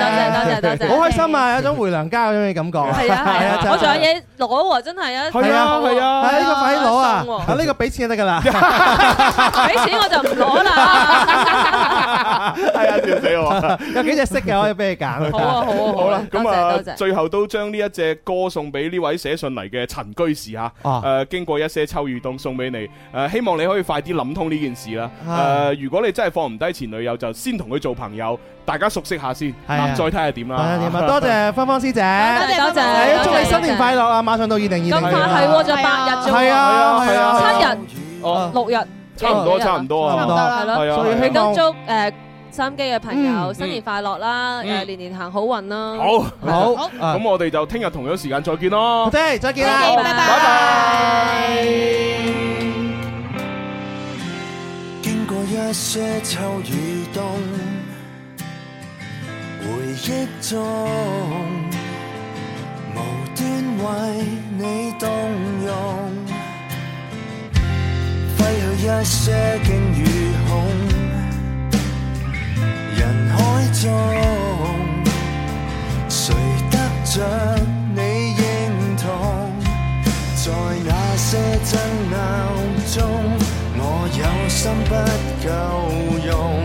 G: 多謝多謝多謝多謝，
D: 好開心啊！有種回娘家嗰種嘅感覺啊。
G: 係啊係啊
D: 係啊，
G: 我仲有嘢攞喎，真係啊！
B: 係啊係啊，
D: 係呢個快啲攞啊
G: 送！喎
D: 啊呢個俾錢就得㗎 啦。
G: 啊俾錢我就唔攞 啦。
B: 係啊，笑死我。
D: 有幾隻色嘅可以俾你揀。
G: 好 啊好啊
B: 好啦，
G: 多
B: 咁
G: 謝
B: 啊
G: 多，謝。
B: 最後都將呢一隻歌送俾呢位寫信嚟嘅陳居士嚇，
G: 啊
D: 哦
B: 誒經過一些秋雨凍送俾你，誒希望你可以快啲諗通呢件事啦。
D: 啊
B: 誒，如果你真係放唔低前女友，就先同佢做朋友，大家熟悉下先，
D: 係啊
B: 再睇下點啦。
D: 點啊？多謝芬芳師姐，係
G: 多謝多
D: 啊
G: 謝，
D: 祝你新年快樂啊！馬上到二零二零
G: 咁快係喎，仲有八日啫
D: 係啊係啊，
G: 七日
B: 哦，
G: 六日，
B: 差唔多，差唔多
D: 差唔
B: 啊，
D: 多
G: 係
D: 啦
G: 咯。
B: 係啊，
D: 所以
B: 係啊
D: 希望
G: 咁祝誒收音機嘅朋友
D: 嗯
G: 新年快樂啦，誒年年行好運啦。
B: 好，
D: 好，啊
B: 咁我哋就聽日同樣時間再見咯。
D: 即係再見啦，
G: 拜拜
B: 拜拜。
F: 經過一些秋與冬，回憶中無端為你動容，揮去一些驚與恐，人海中誰得着你認同？在那些爭拗中，我有心不夠用，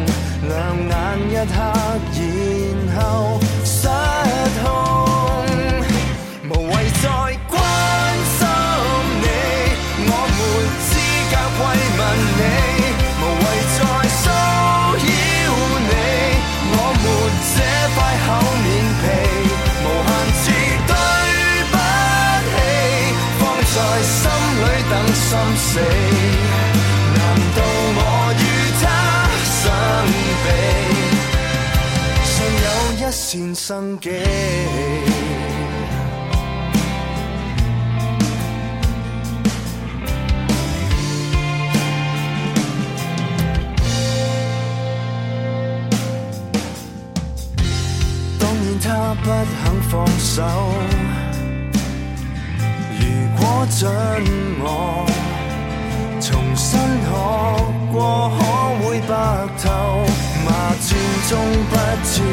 F: 兩眼一黑，然後失控，無謂再關心你，我沒資格慰問你，無謂再騷擾你，我沒這塊厚面皮，無限次對。不起，放在心裏等心死。難道我與他相比，尚有一線生機？當然他不肯放手。如果准我重新學過，可會白頭？罵戰中不撤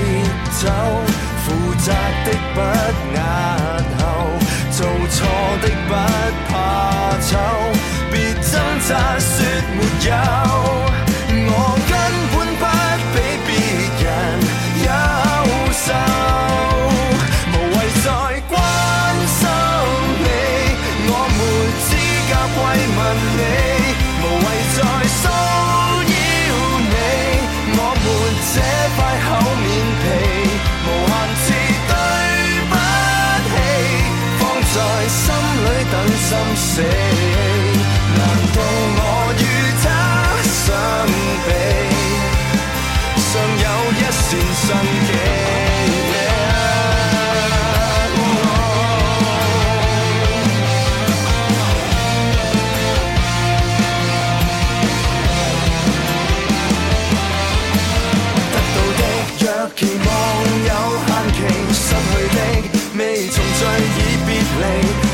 F: 走，負責的不押後，做錯的不怕醜，別掙扎說沒有，我根本不比別人優秀，無謂再關心。你，我沒資格慰問你，無謂再騷擾你，我沒這塊厚面皮，無限次對不起，放在心裏等心死。難道我與他相比，尚有一線生機？得到的若期望有限期，失去的未重聚已別離，